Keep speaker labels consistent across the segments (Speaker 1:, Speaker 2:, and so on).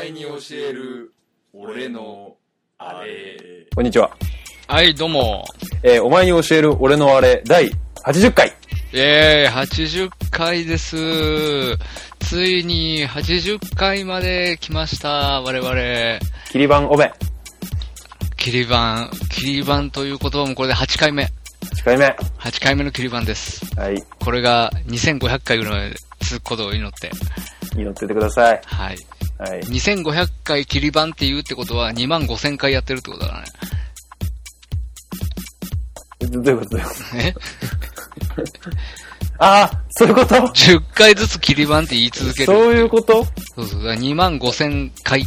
Speaker 1: える俺のあれ
Speaker 2: こんにちは。
Speaker 3: はい、どうも。
Speaker 2: えーお前に教える俺のあれ、第80回。
Speaker 3: イェーイ、80回です。ついに80回まで来ました、我々。
Speaker 2: キリバンおめ、
Speaker 3: キリバン、キリバンという言葉もこれで8回目。
Speaker 2: 8回目。
Speaker 3: 8回目のキリバンです。
Speaker 2: はい、
Speaker 3: これが2500回ぐらいまで続くことを祈って。
Speaker 2: 祈っててください。
Speaker 3: はい。
Speaker 2: はい。
Speaker 3: 2500回キリバンって言うってことは2万5000回やってるってことだね。
Speaker 2: どどういうことだよ。
Speaker 3: え
Speaker 2: ああ、そういうこと
Speaker 3: ?10 回ずつキリバンって言い続ける。
Speaker 2: そういうこと
Speaker 3: そうそう。2万5000回。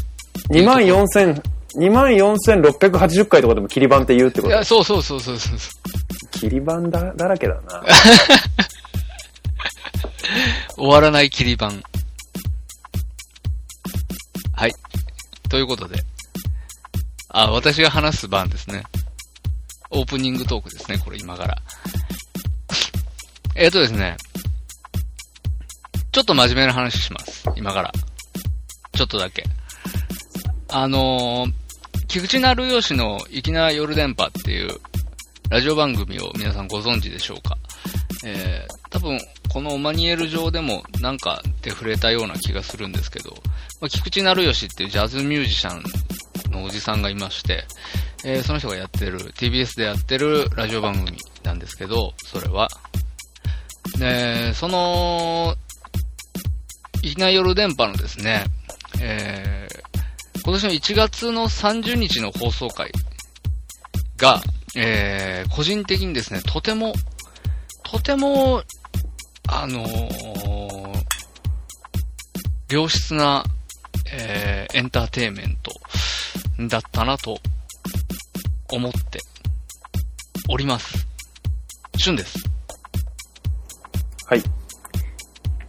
Speaker 2: ?2 万4千、2万4680回とかでもキリバンって言うって
Speaker 3: い
Speaker 2: こと
Speaker 3: や、そうそうそうそうそうそう。
Speaker 2: キリバンだだらけだな。
Speaker 3: 終わらない切り板。はい。ということで。あ、私が話す番ですね。オープニングトークですね、これ今から。えっとですね。ちょっと真面目な話します。今から。ちょっとだけ。あのー、菊池成吉の粋な夜電波っていうラジオ番組を皆さんご存知でしょうかえー多分このオマニエル上でもなんかで触れたような気がするんですけど、まあ、菊池成吉っていうジャズミュージシャンのおじさんがいまして、えーその人がやってる、TBS でやってるラジオ番組なんですけど、それは。で、その、いきな夜電波のですね、えー今年の1月の30日の放送回が、えー個人的にですね、とてもとても、あのー良質な、えーエンターテインメントだったなと思っております。旬です。
Speaker 2: はい。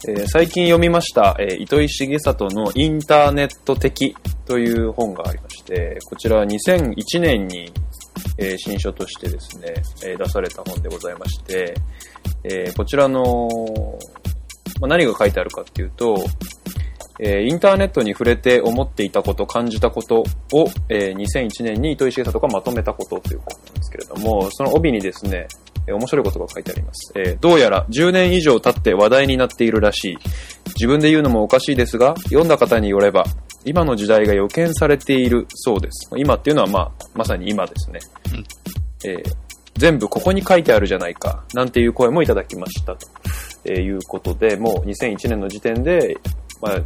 Speaker 2: えー最近読みました、えー糸井重里のインターネット的という本がありまして、こちらは2001年に、えー新書としてですね、えー出された本でございまして、えーこちらの、まあ、何が書いてあるかっていうと、えーインターネットに触れて思っていたこと、感じたことを、えー2001年に糸井重里がまとめたことということなんですけれども、その帯にですね、えー面白いことが書いてあります。えーどうやら10年以上経って話題になっているらしい。自分で言うのもおかしいですが、読んだ方によれば、今の時代が予見されているそうです。今っていうのは、まあ、まさに今ですね。えー全部ここに書いてあるじゃないか、なんていう声もいただきました。とえーいうことで、もう2001年の時点で、まあ、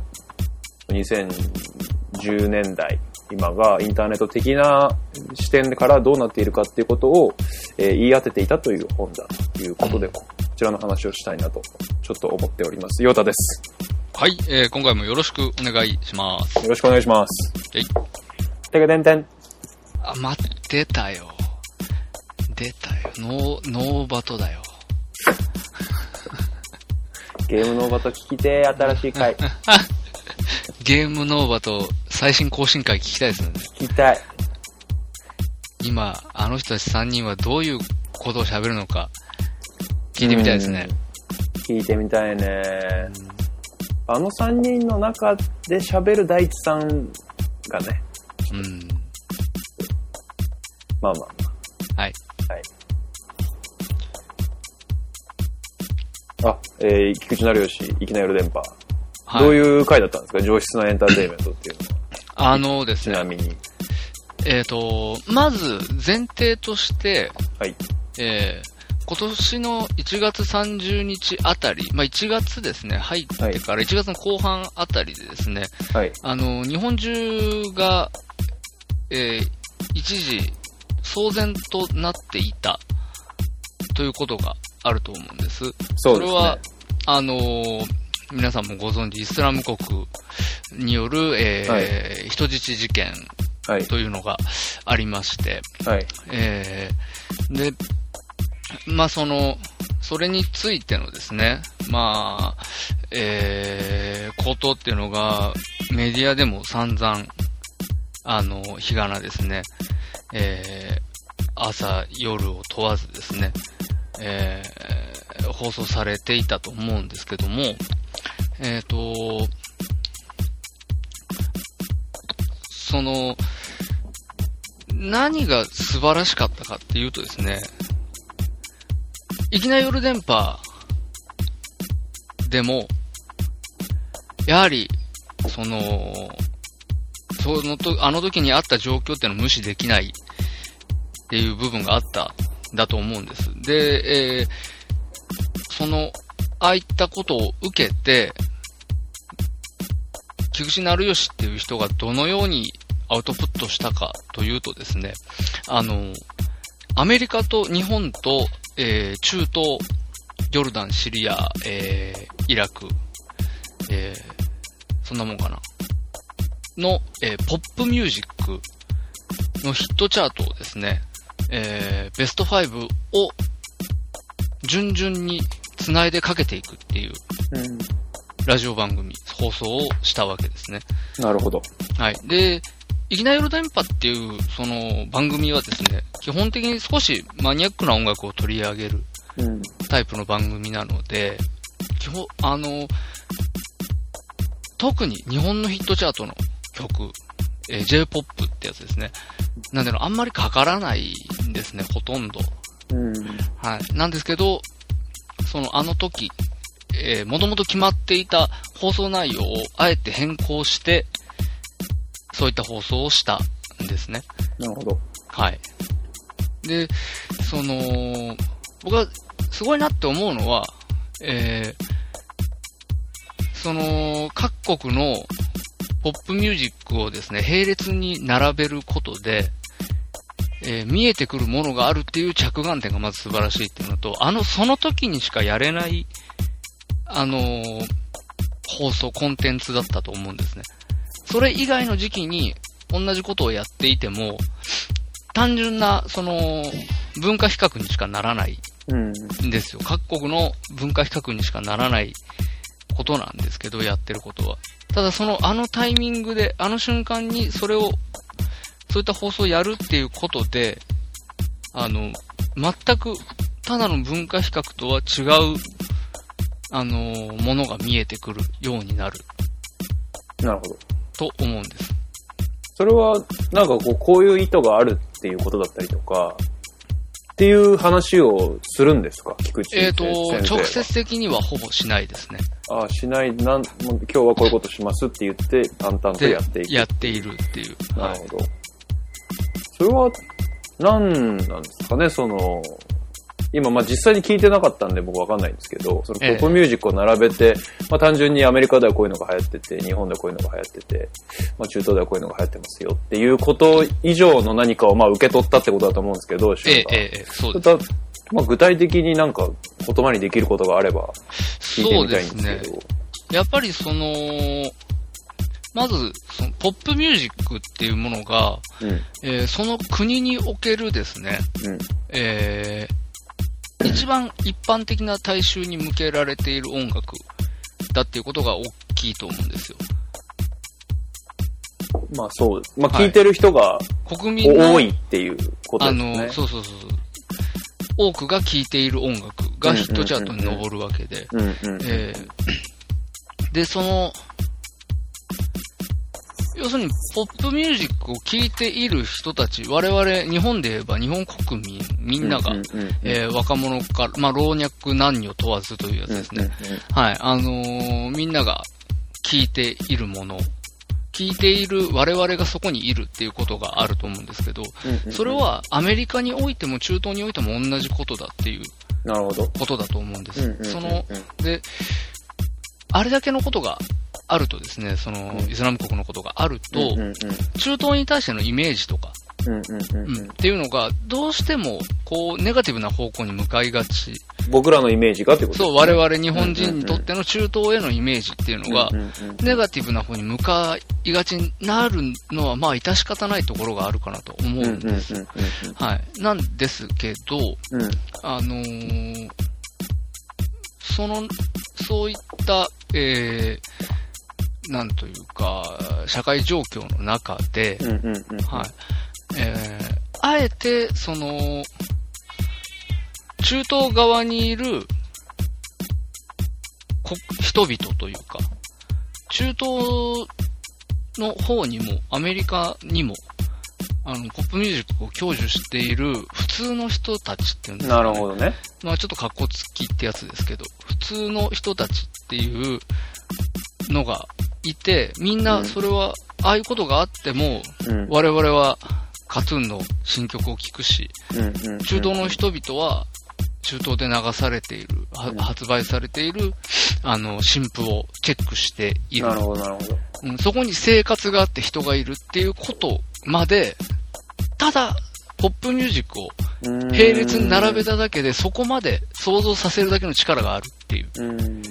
Speaker 2: 2010年代、今がインターネット的な視点からどうなっているかっていうことを、えー言い当てていたという本だということで、こちらの話をしたいなと、ちょっと思っております。ヨータです。
Speaker 3: はい、えー今回もよろしくお願いします。
Speaker 2: よろしくお願いします。
Speaker 3: はい。
Speaker 2: てかてんてん。
Speaker 3: あ、待ってたよ。出たよ。ノー、ノーバトだよ。
Speaker 2: ゲームのバト聞きてー、新しい 回。
Speaker 3: ゲームノーバト最新更新回聞きたいですね。
Speaker 2: 聞きたい。
Speaker 3: 今、あの人たち3人はどういうことを喋るのか、聞いてみたいですね。
Speaker 2: 聞いてみたいね。あの3人の中で喋る大地さんがね、
Speaker 3: うん。
Speaker 2: まあま
Speaker 3: はい。
Speaker 2: あ、はい。あ、えー、菊池成吉、いきなり電波。
Speaker 3: はい、
Speaker 2: どういう回だったんですか上質なエンターテインメントっていうのは。
Speaker 3: あのです
Speaker 2: ちなみ
Speaker 3: ね、
Speaker 2: に。
Speaker 3: えっ、と、まず前提として、
Speaker 2: はい。
Speaker 3: えー今年の1月30日あたり、まあ、1月ですね、入ってから1月の後半あたりでですね、
Speaker 2: はい。
Speaker 3: あの、日本中が、えー一時、騒然となっていた、ということがあると思うんです。
Speaker 2: そうですね。
Speaker 3: れは、あのー皆さんもご存知、イスラム国による、えー
Speaker 2: は
Speaker 3: 人質事件
Speaker 2: はい。
Speaker 3: というのがありまして、
Speaker 2: はい。
Speaker 3: えーで、まあ、その、それについてのですね、まあ、えーことっていうのが、メディアでも散々、あの、日がなですね、えー朝、夜を問わずですね、えー放送されていたと思うんですけども、えっ、と、その、何が素晴らしかったかっていうとですね、いきなり夜電波でも、やはり、その、そのと、あの時にあった状況っていうのを無視できないっていう部分があったんだと思うんです。で、えーその、ああいったことを受けて、菊池成吉っていう人がどのようにアウトプットしたかというとですね、あの、アメリカと日本と、えー中東、ヨルダン、シリア、えーイラク、えーそんなもんかな。の、えーポップミュージックのヒットチャートをですね、えーベスト5を順々に繋いでかけていくっていう
Speaker 2: うん。
Speaker 3: ラジオ番組、放送をしたわけですね。
Speaker 2: なるほど。
Speaker 3: はい。で、いきなり夜電波っていう、その番組はですね、基本的に少しマニアックな音楽を取り上げる
Speaker 2: うん。
Speaker 3: タイプの番組なので、基本、あの、特に日本のヒットチャートの曲、えー J-POP ってやつですね。なんでの、あんまりかからないんですね、ほとんど。
Speaker 2: うん。
Speaker 3: はい。なんですけど、その、あの時、えー、もともと決まっていた放送内容をあえて変更して、そういった放送をしたんですね。
Speaker 2: なるほど。
Speaker 3: はい。で、その、僕はすごいなって思うのは、えーその、各国のポップミュージックをですね、並列に並べることで、えー見えてくるものがあるっていう着眼点がまず素晴らしいっていうのと、あの、その時にしかやれない、あのー放送、コンテンツだったと思うんですね。それ以外の時期に同じことをやっていても、単純な、その、文化比較にしかならない
Speaker 2: うん。
Speaker 3: んですよ。各国の文化比較にしかならないことなんですけど、やってることは。ただその、あのタイミングで、あの瞬間にそれを、そういった放送をやるっていうことで、あの、全く、ただの文化比較とは違う、あの、ものが見えてくるようになる
Speaker 2: なるほど。
Speaker 3: と思うんです。
Speaker 2: それは、なんかこう、こういう意図があるっていうことだったりとか、っていう話をするんですか菊池
Speaker 3: えっ、
Speaker 2: 先
Speaker 3: と
Speaker 2: 生は。、
Speaker 3: 直接的にはほぼしないですね。
Speaker 2: ああ、しない、なん、もう今日はこういうことしますって言って、淡々と
Speaker 3: で
Speaker 2: やっていく。
Speaker 3: やっているっていう。
Speaker 2: な
Speaker 3: は
Speaker 2: る
Speaker 3: い
Speaker 2: ほど。それは、何なんですかね、その、今、まあ実際に聞いてなかったんで僕わかんないんですけど、そのポ
Speaker 3: ええ
Speaker 2: ップミュージックを並べて、まあ単純にアメリカではこういうのが流行ってて、日本ではこういうのが流行ってて、まあ中東ではこういうのが流行ってますよっていうこと以上の何かをまあ受け取ったってことだと思うんですけど、
Speaker 3: ええ
Speaker 2: 柊が
Speaker 3: ええええ、そう
Speaker 2: そ
Speaker 3: で
Speaker 2: うだまあ具体的になんか言葉にできることがあれば
Speaker 3: す。
Speaker 2: 聞いて
Speaker 3: そう
Speaker 2: みた
Speaker 3: で
Speaker 2: いん
Speaker 3: す
Speaker 2: ですけ
Speaker 3: ね
Speaker 2: ど。。
Speaker 3: やっぱりその、まず、そのポップミュージックっていうものが、えーその国におけるですね、
Speaker 2: うん。うん。
Speaker 3: えー一番一般的な大衆に向けられている音楽だっていうことが大きいと思うんですよ。
Speaker 2: まあそうです。まあ
Speaker 3: はい
Speaker 2: 聞いてる人が
Speaker 3: 国民の
Speaker 2: 多いっていうこと
Speaker 3: あ
Speaker 2: です
Speaker 3: の、
Speaker 2: ね。
Speaker 3: そうそうそうそう。多くが聴いている音楽がヒットチャートに上るわけで。
Speaker 2: うんうん。
Speaker 3: えーで、その、要するに、ポップミュージックを聴いている人たち、我々、日本で言えば日本国民、みんなが、
Speaker 2: うううん
Speaker 3: えー若者から、まあ、老若男女問わずというやつですね。はい、あのーみんなが聞いているもの、聞いている我々がそこにいるっていうことがあると思うんですけど、
Speaker 2: うんうんうん
Speaker 3: それはアメリカにおいても中東においても同じことだっていう
Speaker 2: なるほど。
Speaker 3: ことだと思うんで
Speaker 2: うんうんうん
Speaker 3: す。その、で、あれだけのことがあるとですね、その、イスラム国のことがあると、
Speaker 2: うんうん
Speaker 3: 中東に対してのイメージとか、
Speaker 2: うんうんうん
Speaker 3: う
Speaker 2: うんん
Speaker 3: っていうのが、どうしても、こう、ネガティブな方向に向かいがち。
Speaker 2: 僕らのイメージがってこと
Speaker 3: そう、
Speaker 2: です
Speaker 3: 我
Speaker 2: ね
Speaker 3: 々日本人にとっての中東へのイメージっていうのが
Speaker 2: う、んうんうん
Speaker 3: ネガティブな方に向かいがちになるのは、まあ、致し方ないところがあるかなと思う
Speaker 2: うん
Speaker 3: ん
Speaker 2: うんうん
Speaker 3: です。はい。なんですけど、
Speaker 2: うんうん
Speaker 3: あのーその、そういった、えー、なんというか、社会状況の中で、
Speaker 2: うんうんうんうん
Speaker 3: はい。えー、あえて、その、中東側にいる、こ、人々というか、中東の方にも、アメリカにも、あの、ポップミュージックを享受している普通の人たちっていうんですか
Speaker 2: な
Speaker 3: ね
Speaker 2: るほどね。
Speaker 3: まあちょっと格好つきってやつですけど、普通の人たちっていうのがいて、みんなそれは、ああいうことがあっても、
Speaker 2: うん。
Speaker 3: 我々はカトゥーンの新曲を聴くし、中東の人々は中東で流されている、は
Speaker 2: うん
Speaker 3: 発売されている、あの、新譜をチェックしている
Speaker 2: な。るほど、なるほど。
Speaker 3: うんそこに生活があって人がいるっていうことまで、ただ、ポップミュージックを並列に並べ
Speaker 2: た。
Speaker 3: ただけで、そこまで想像させるだけの力があるっていう
Speaker 2: うん。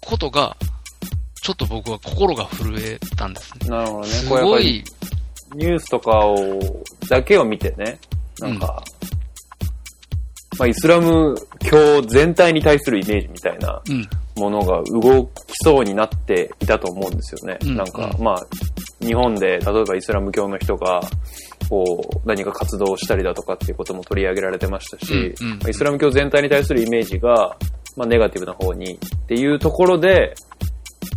Speaker 3: ことが、ちょっと僕は心が震えたんですね。
Speaker 2: なるほどね。
Speaker 3: す
Speaker 2: これやっ
Speaker 3: ご
Speaker 2: ぱり
Speaker 3: い、
Speaker 2: ニュースとかを、だけを見てね、なんか、まあ、イスラム教全体に対するイメージみたいな
Speaker 3: うん、
Speaker 2: ものが動きそうになっていたと思うんですよね。
Speaker 3: うん
Speaker 2: なんか、
Speaker 3: う
Speaker 2: まあ、日本で、例えばイスラム教の人が、こう、何か活動をしたりだとかっていうことも取り上げられてましたし、
Speaker 3: うんうん
Speaker 2: まあイスラム教全体に対するイメージが、まあ、ネガティブな方にっていうところで、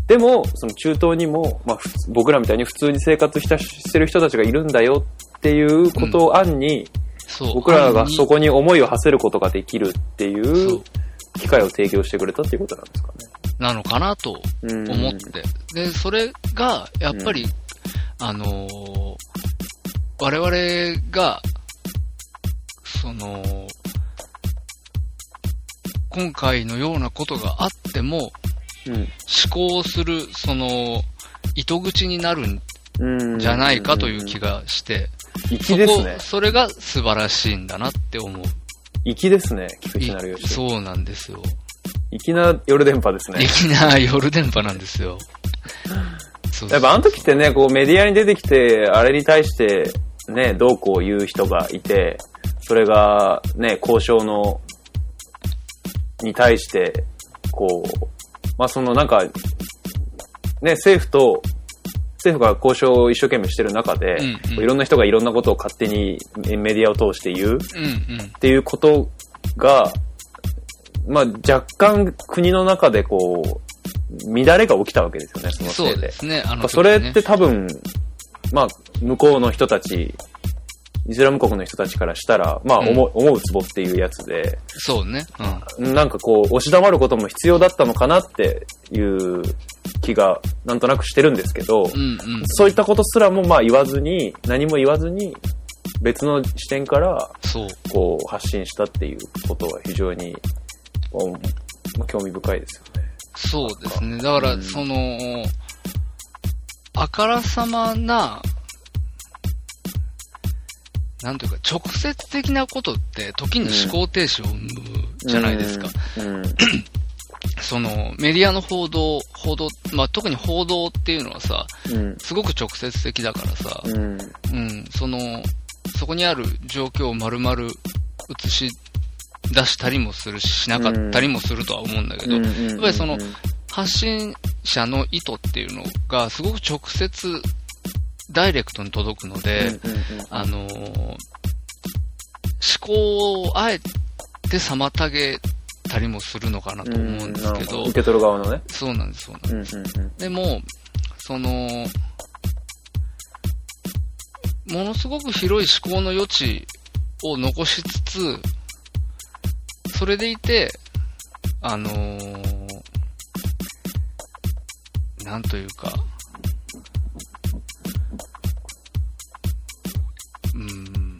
Speaker 2: でも、その中東にも、まあ、普通僕らみたいに普通に生活したしてる人たちがいるんだよっていうことを案に、
Speaker 3: そう。
Speaker 2: 僕らがそ
Speaker 3: こ
Speaker 2: こに思いを馳せることができるってい
Speaker 3: そう
Speaker 2: う機会を提供してくれたっていうことなんですかね。
Speaker 3: なのかなと
Speaker 2: うん
Speaker 3: 思って。で、それが、やっぱり、あのー我々が、その、今回のようなことがあっても、
Speaker 2: うん
Speaker 3: 思考する、その、糸口になるんじゃないかという気
Speaker 2: が。
Speaker 3: がして、
Speaker 2: 粋です
Speaker 3: そ
Speaker 2: ね
Speaker 3: こ、。それが素晴らしいんだなって思う。
Speaker 2: 粋ですね、菊池成
Speaker 3: い
Speaker 2: 吉。
Speaker 3: そうなんですよ。
Speaker 2: 粋な夜電波ですね。
Speaker 3: 粋な夜電波なんですよ。そうそうそう
Speaker 2: やっぱあの時ってね、こうメディアに出てきて、あれに対してね、どうこう言う人がいて、それがね、交渉の、に対して、こう、まあそのなんか、ね、政府と、政府が交渉を一生懸命してる中で、
Speaker 3: うんうん
Speaker 2: こういろんな人がいろんなことを勝手にメディアを通して言う
Speaker 3: うんうん。
Speaker 2: っていうことが、まあ、若干国の中でこう、乱れが起きたわけですよね、その
Speaker 3: そ
Speaker 2: せいうで
Speaker 3: で。すね。あの、
Speaker 2: それって、多分、まあ、向こうの人たち、イスラム国の人たちからしたら、まあ、
Speaker 3: うん
Speaker 2: 思う、思うツボっていうやつで、
Speaker 3: そうね。うん。
Speaker 2: なんかこう、押し黙ることも必要だったのかなっていう気が、なんとなくしてるんですけど、
Speaker 3: うんうん。
Speaker 2: そういったことすらもまあ言わずに、何も言わずに、別の視点から
Speaker 3: そう。
Speaker 2: こう発信したっていうことは非常に、うんまあ興味深いですよね。
Speaker 3: そうですね。だから、
Speaker 2: うん
Speaker 3: その、あからさまな、なんというか、直接的なことって、時に思考停止を生むじゃないですか。
Speaker 2: うん。
Speaker 3: その、メディアの報道、報道、まあ、特に報道っていうのはさ、
Speaker 2: うん。
Speaker 3: すごく直接的だからさ、
Speaker 2: うん。
Speaker 3: うん、その、そこにある状況を丸々映し出したりもするし、しなかったりもするとは思うんだけど、
Speaker 2: うん
Speaker 3: やっぱりその発信者の意図っていうのがすごく直接、ダイレクトに届くので、
Speaker 2: うんうん
Speaker 3: あのー思考をあえて妨げたりもするのかなと思うんですけ
Speaker 2: なるほ
Speaker 3: ど、
Speaker 2: 受け取る側のね。
Speaker 3: そうなんです、そうなんです。
Speaker 2: うんうんうん
Speaker 3: でも、その、ものすごく広い思考の余地を残しつつ、それでいて、あのーなんというか、うーん、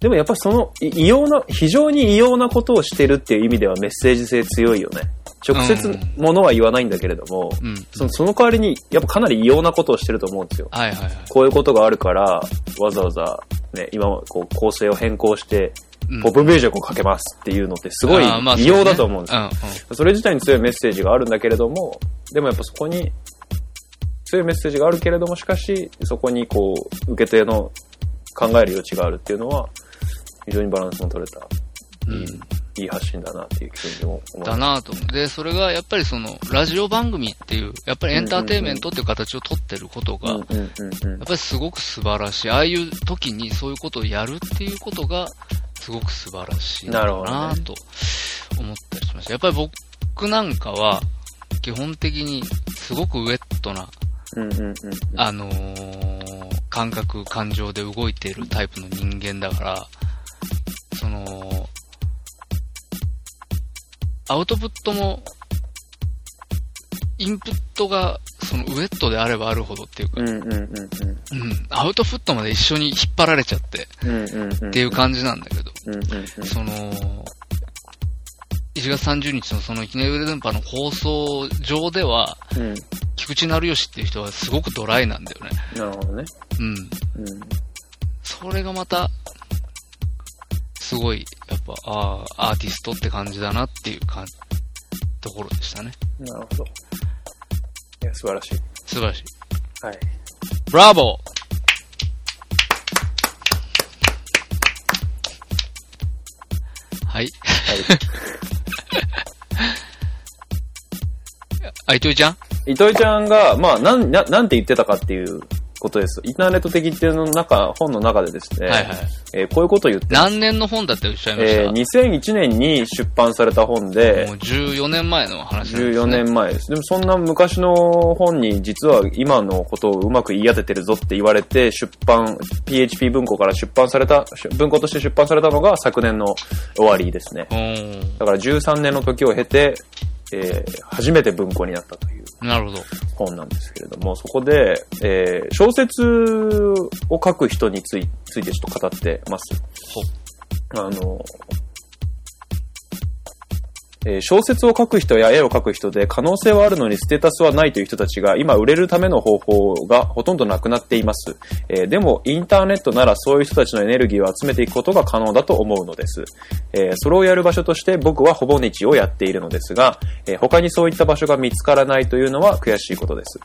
Speaker 2: でもやっぱりそのい異様な、非常に異様なことをしてるっていう意味ではメッセージ性強いよね。直接ものは言わないんだけれども、
Speaker 3: うん。
Speaker 2: そのその代わりにやっぱかなり異様なことをしてると思うんですよ。
Speaker 3: はいはいはい。
Speaker 2: こういうことがあるから、わざわざ、ね、今はこう構成を変更して、
Speaker 3: うん
Speaker 2: ポップミュージックをかけますっていうのってすごい
Speaker 3: あーまあ
Speaker 2: 異様だと思うんです
Speaker 3: そ
Speaker 2: よ。
Speaker 3: ねうんうん
Speaker 2: それ自体に強いメッセージがあるんだけれども、でもやっぱそこに、強いメッセージがあるけれども、しかし、そこにこう、受け手の考える余地があるっていうのは、非常にバランスの取れた、いい、
Speaker 3: うん
Speaker 2: いい発信だなっていうふうにも思う。
Speaker 3: だなぁと思う。で、それがやっぱりその、ラジオ番組っていう、やっぱりエンターテインメントっていう形を取ってること
Speaker 2: う
Speaker 3: が、
Speaker 2: んう
Speaker 3: やっ
Speaker 2: んうんうん。
Speaker 3: ぱりすごく素晴らしい。ああいう時にそういうことをやるっていうことが、すごく素晴らしい
Speaker 2: なるほどね
Speaker 3: なぁと思ったりしました。やっぱり僕なんかは、基本的にすごくウェットな、
Speaker 2: うんうんうん。
Speaker 3: あのー感覚、感情で動いているタイプの人間だから、その、アウトプットも、インプットが、そのウェットであればあるほどっていうか、
Speaker 2: うんうんうんうん。
Speaker 3: うん、アウトプットまで一緒に引っ張られちゃって
Speaker 2: うんうんうん。
Speaker 3: っていう感じなんだけど、
Speaker 2: うんうんうん。
Speaker 3: その、1月30日のそのいきなり電波の放送上では、
Speaker 2: うん。
Speaker 3: 菊池成吉っていう人はすごくドライなんだよね。
Speaker 2: なるほどね。
Speaker 3: うん。
Speaker 2: うん。
Speaker 3: それがまた、すごい、やっぱ、ああ、アーティストって感じだなっていう感ところでしたね。
Speaker 2: なるほど。いや、素晴らしい。
Speaker 3: 素晴らしい。
Speaker 2: はい。
Speaker 3: ブラボーはい。 あ、糸井ちゃん
Speaker 2: 糸井ちゃんが、まあ、なん、ななんて言ってたかっていうことです。インターネット的っていうの中、本の中でですね、
Speaker 3: はいはい。
Speaker 2: えーこういうことを言って、
Speaker 3: 何年の本だっておっしゃいました、
Speaker 2: えー2001年に出版された本で
Speaker 3: もう、14年前の話なんです、ね。
Speaker 2: 14年前です。でもそんな昔の本に実は今のことをうまく言い当ててるぞって言われて出版、PHP 文庫から出版された、文庫として出版されたのが昨年の終わりですね。だから13年の時を経て、えー初めて文庫になったという
Speaker 3: うん。なるほど。
Speaker 2: 本なんですけれども、そこで、えー小説を書く人についついてちょっと語ってます。あの、えー小説を書く人や絵を書く人で可能性はあるのにステータスはないという人たちが今売れるための方法がほとんどなくなっています。えーでもインターネットならそういう人たちのエネルギーを集めていくことが可能だと思うのです。えーそれをやる場所として僕はほぼ日をやっているのですが、えー他にそういった場所が見つからないというのは悔しいことです。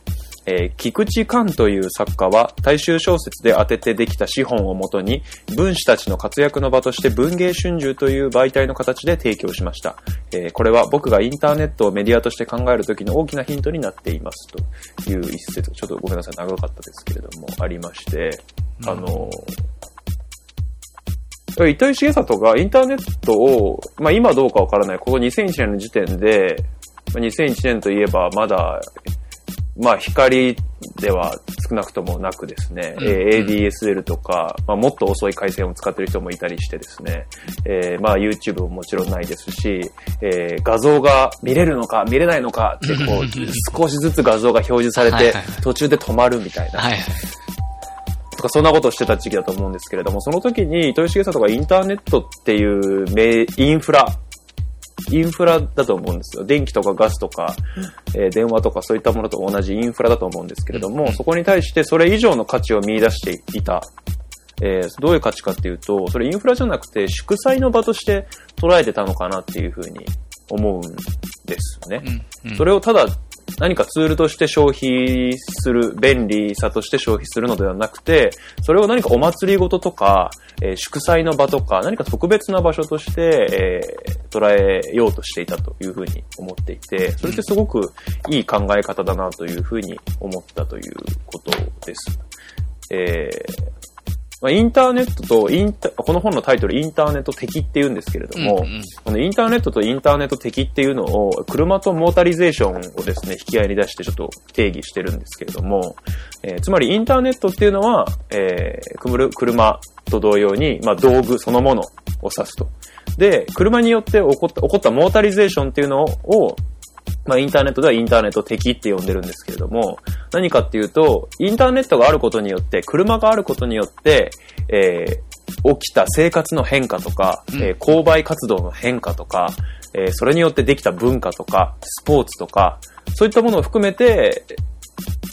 Speaker 2: えー菊池寛という作家は大衆小説で当ててできた資本をもとに文士たちの活躍の場として文芸春秋という媒体の形で提供しました。えーこれは僕がインターネットをメディアとして考えるときの大きなヒントになっていますという一節、ちょっとごめんなさい、長かったですけれども、ありまして、あの、糸井重里がインターネットを、まあ今どうかわからない、ここ2001年の時点で、まあ2001年といえばまだ、まあ光では少なくともなくですね、
Speaker 3: うん
Speaker 2: えー ADSL とか、まあもっと遅い回線を使ってる人もいたりしてですね、えーまあ YouTube ももちろんないですし、えー画像が見れるのか見れないのかって こう、少しずつ画像が表示され
Speaker 3: はいは
Speaker 2: て
Speaker 3: いはい、
Speaker 2: 途中で止まるみたいな。
Speaker 3: はいはい。
Speaker 2: とかそんなことをしてた時期だと思うんですけれども、その時に糸井重里がインターネットっていう名インフラ、インフラだと思うんですよ。電気とかガスとか、えー電話とかそういったものと同じインフラだと思うんですけれども、そこに対してそれ以上の価値を見出していた。えーどういう価値かっていうと、それインフラじゃなくて祝祭の場として捉えてたのかなっていうふうに思うんですよね。
Speaker 3: うん。うん、
Speaker 2: それをただ何かツールとして消費する、便利さとして消費するのではなくて、それを何かお祭りごととか、えー祝祭の場とか、何か特別な場所として、えー捉えようとしていたというふうに思っていて、それってすごくいい考え方だなというふうに思ったということです。えーまあ、インターネットとインタ、この本のタイトル、インターネット的って言うんですけれども、
Speaker 3: うんうん
Speaker 2: このインターネットとインターネット的っていうのを、車とモータリゼーションをですね、引き合いに出してちょっと定義してるんですけれども、えーつまりインターネットっていうのは、えーくむる車と同様に、まあ、道具そのものを指すと。で、車によって起こった、起こったモータリゼーションっていうのを、まあ、インターネットではインターネット的って呼んでるんですけれども、何かっていうと、インターネットがあることによって、車があることによって、えー起きた生活の変化とか、
Speaker 3: うん
Speaker 2: えー購買活動の変化とか、えーそれによってできた文化とか、スポーツとか、そういったものを含めて、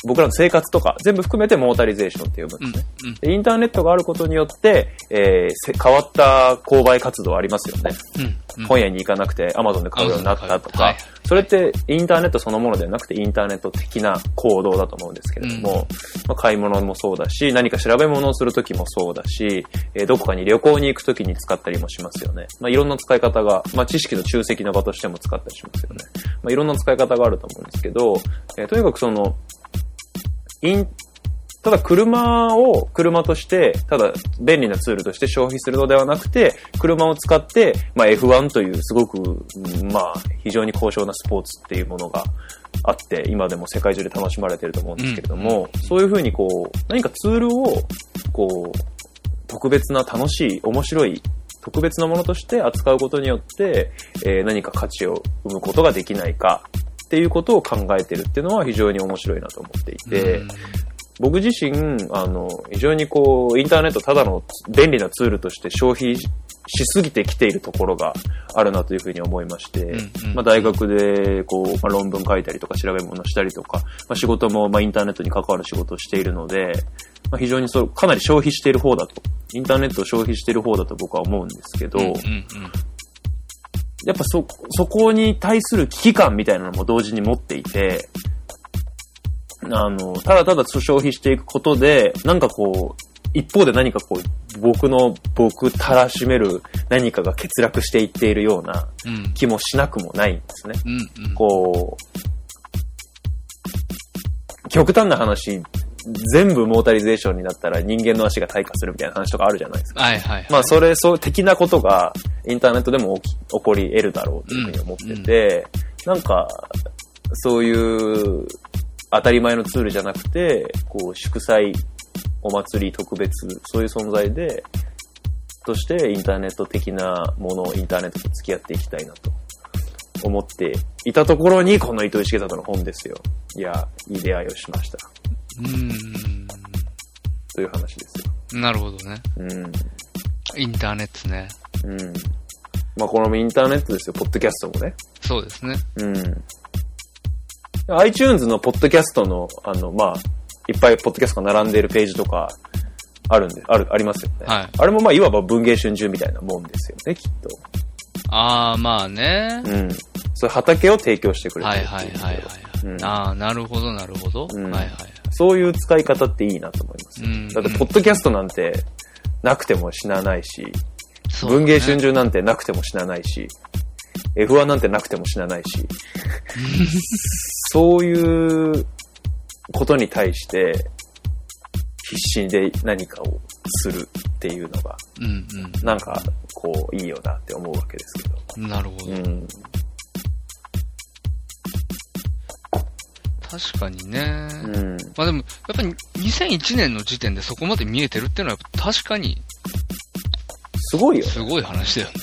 Speaker 2: 僕らの生活とか、全部含めてモータリゼーションって呼ぶんです
Speaker 3: うん。うん。
Speaker 2: でインターネットがあることによって、えーせ変わった購買活動ありますよね。
Speaker 3: うん。うん。
Speaker 2: 本屋に行かなくて Amazon で買うようになったと
Speaker 3: Amazon で買うは
Speaker 2: か
Speaker 3: い、
Speaker 2: それってインターネットそのものではなくてインターネット的な行動だと思うんですけれども、まあ、買い物もそうだし、何か調べ物をするときもそうだし、えーどこかに旅行に行くときに使ったりもしますよね。まあ、いろんな使い方が、まあ、知識の集積の場としても使ったりしますよね。まあ、いろんな使い方があると思うんですけど、えーとにかくその、インただ車を車として、ただ便利なツールとして消費するのではなくて、車を使って、まあ、F1 というすごく、うんまあ、非常に高尚なスポーツっていうものがあって、今でも世界中で楽しまれてると思うんですけれども、そういうふうにこう、何かツールを、こう、特別な楽しい、面白い、特別なものとして扱うことによって、えー何か価値を生むことができないかっていうことを考えてるっていうのは非常に面白いなと思っていて、
Speaker 3: うん
Speaker 2: 僕自身、あの、非常にこう、インターネットただの便利なツールとして消費しすぎてきているところがあるなというふうに思いまして、
Speaker 3: うんうん
Speaker 2: まあ、大学でこう、まあ、論文書いたりとか調べ物したりとか、まあ、仕事もまあインターネットに関わる仕事をしているので、まあ、非常にそうかなり消費している方だとインターネットを消費している方だと僕は思うんですけど、
Speaker 3: うんうんうん
Speaker 2: やっぱそそこに対する危機感みたいなのも同時に持っていてあのただただ消費していくことでなんかこう一方で何かこう僕の僕たらしめる何かが欠落していっているような
Speaker 3: うん
Speaker 2: 気もしなくもないんですね。
Speaker 3: うんうん
Speaker 2: こう、極端な話、全部モータリゼーションになったら人間の足が退化するみたいな話とかあるじゃないですか。
Speaker 3: はいはいはい。
Speaker 2: まあ、それ、そう、的なことがインターネットでも起き起こり得るだろうというふうに思ってて、なんか、そういう当たり前のツールじゃなくて、こう、祝祭、お祭り、特別、そういう存在で、としてインターネット的なもの、インターネットと付き合っていきたいなと思っていたところに、この糸井重里の本ですよ。いや、いい出会いをしました。
Speaker 3: う
Speaker 2: という話ですよ。
Speaker 3: ん。なるほどね。
Speaker 2: うん。
Speaker 3: インターネットね。
Speaker 2: うん。まあ、このインターネットですよ、ポッドキャストもね。
Speaker 3: そうですね。
Speaker 2: うん。iTunes のポッドキャストの、あの、まあ、いっぱいポッドキャストが並んでいるページとか、あるんで、ある、ありますよね。
Speaker 3: はい
Speaker 2: あれもまあ、いわば文芸春秋みたいなもんですよね、きっと。
Speaker 3: ああ、まあね。
Speaker 2: うん。そういう畑を提供してくれて
Speaker 3: は
Speaker 2: る
Speaker 3: い
Speaker 2: っ
Speaker 3: は
Speaker 2: て
Speaker 3: いうはいはい。
Speaker 2: うん
Speaker 3: ああ、なるほどなるほど。
Speaker 2: うん
Speaker 3: はいはい。
Speaker 2: そういう使い方っていいなと思いますよ。
Speaker 3: うん
Speaker 2: だって、ポッドキャストなんて、なくても死なないし、
Speaker 3: そうだね
Speaker 2: 文芸春秋なんてなくても死なないし、F1 なんてなくても死なないし、そういうことに対して必死で何かをするっていうのが、
Speaker 3: うん
Speaker 2: なんかこういいよなって思うわけですけど。
Speaker 3: うん。なるほど。
Speaker 2: うん。
Speaker 3: 確かにね。
Speaker 2: うん。
Speaker 3: まあでも、やっぱり2001年の時点でそこまで見えてるっていうのはやっぱ確かに
Speaker 2: すごいよね。
Speaker 3: すごい話だよね。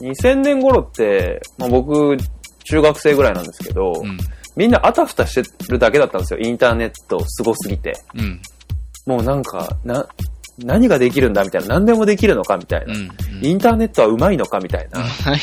Speaker 2: 2000年頃って、まあ、僕、中学生ぐらいなんですけど、
Speaker 3: うん。
Speaker 2: みんなあたふたしてるだけだったんですよ。インターネットすごすぎて。
Speaker 3: うん。
Speaker 2: もうなんか、な、何ができるんだみたいな、何でもできるのかみたい
Speaker 3: うん。
Speaker 2: な、
Speaker 3: うん。
Speaker 2: インターネットはうまいのかみたいな
Speaker 3: ない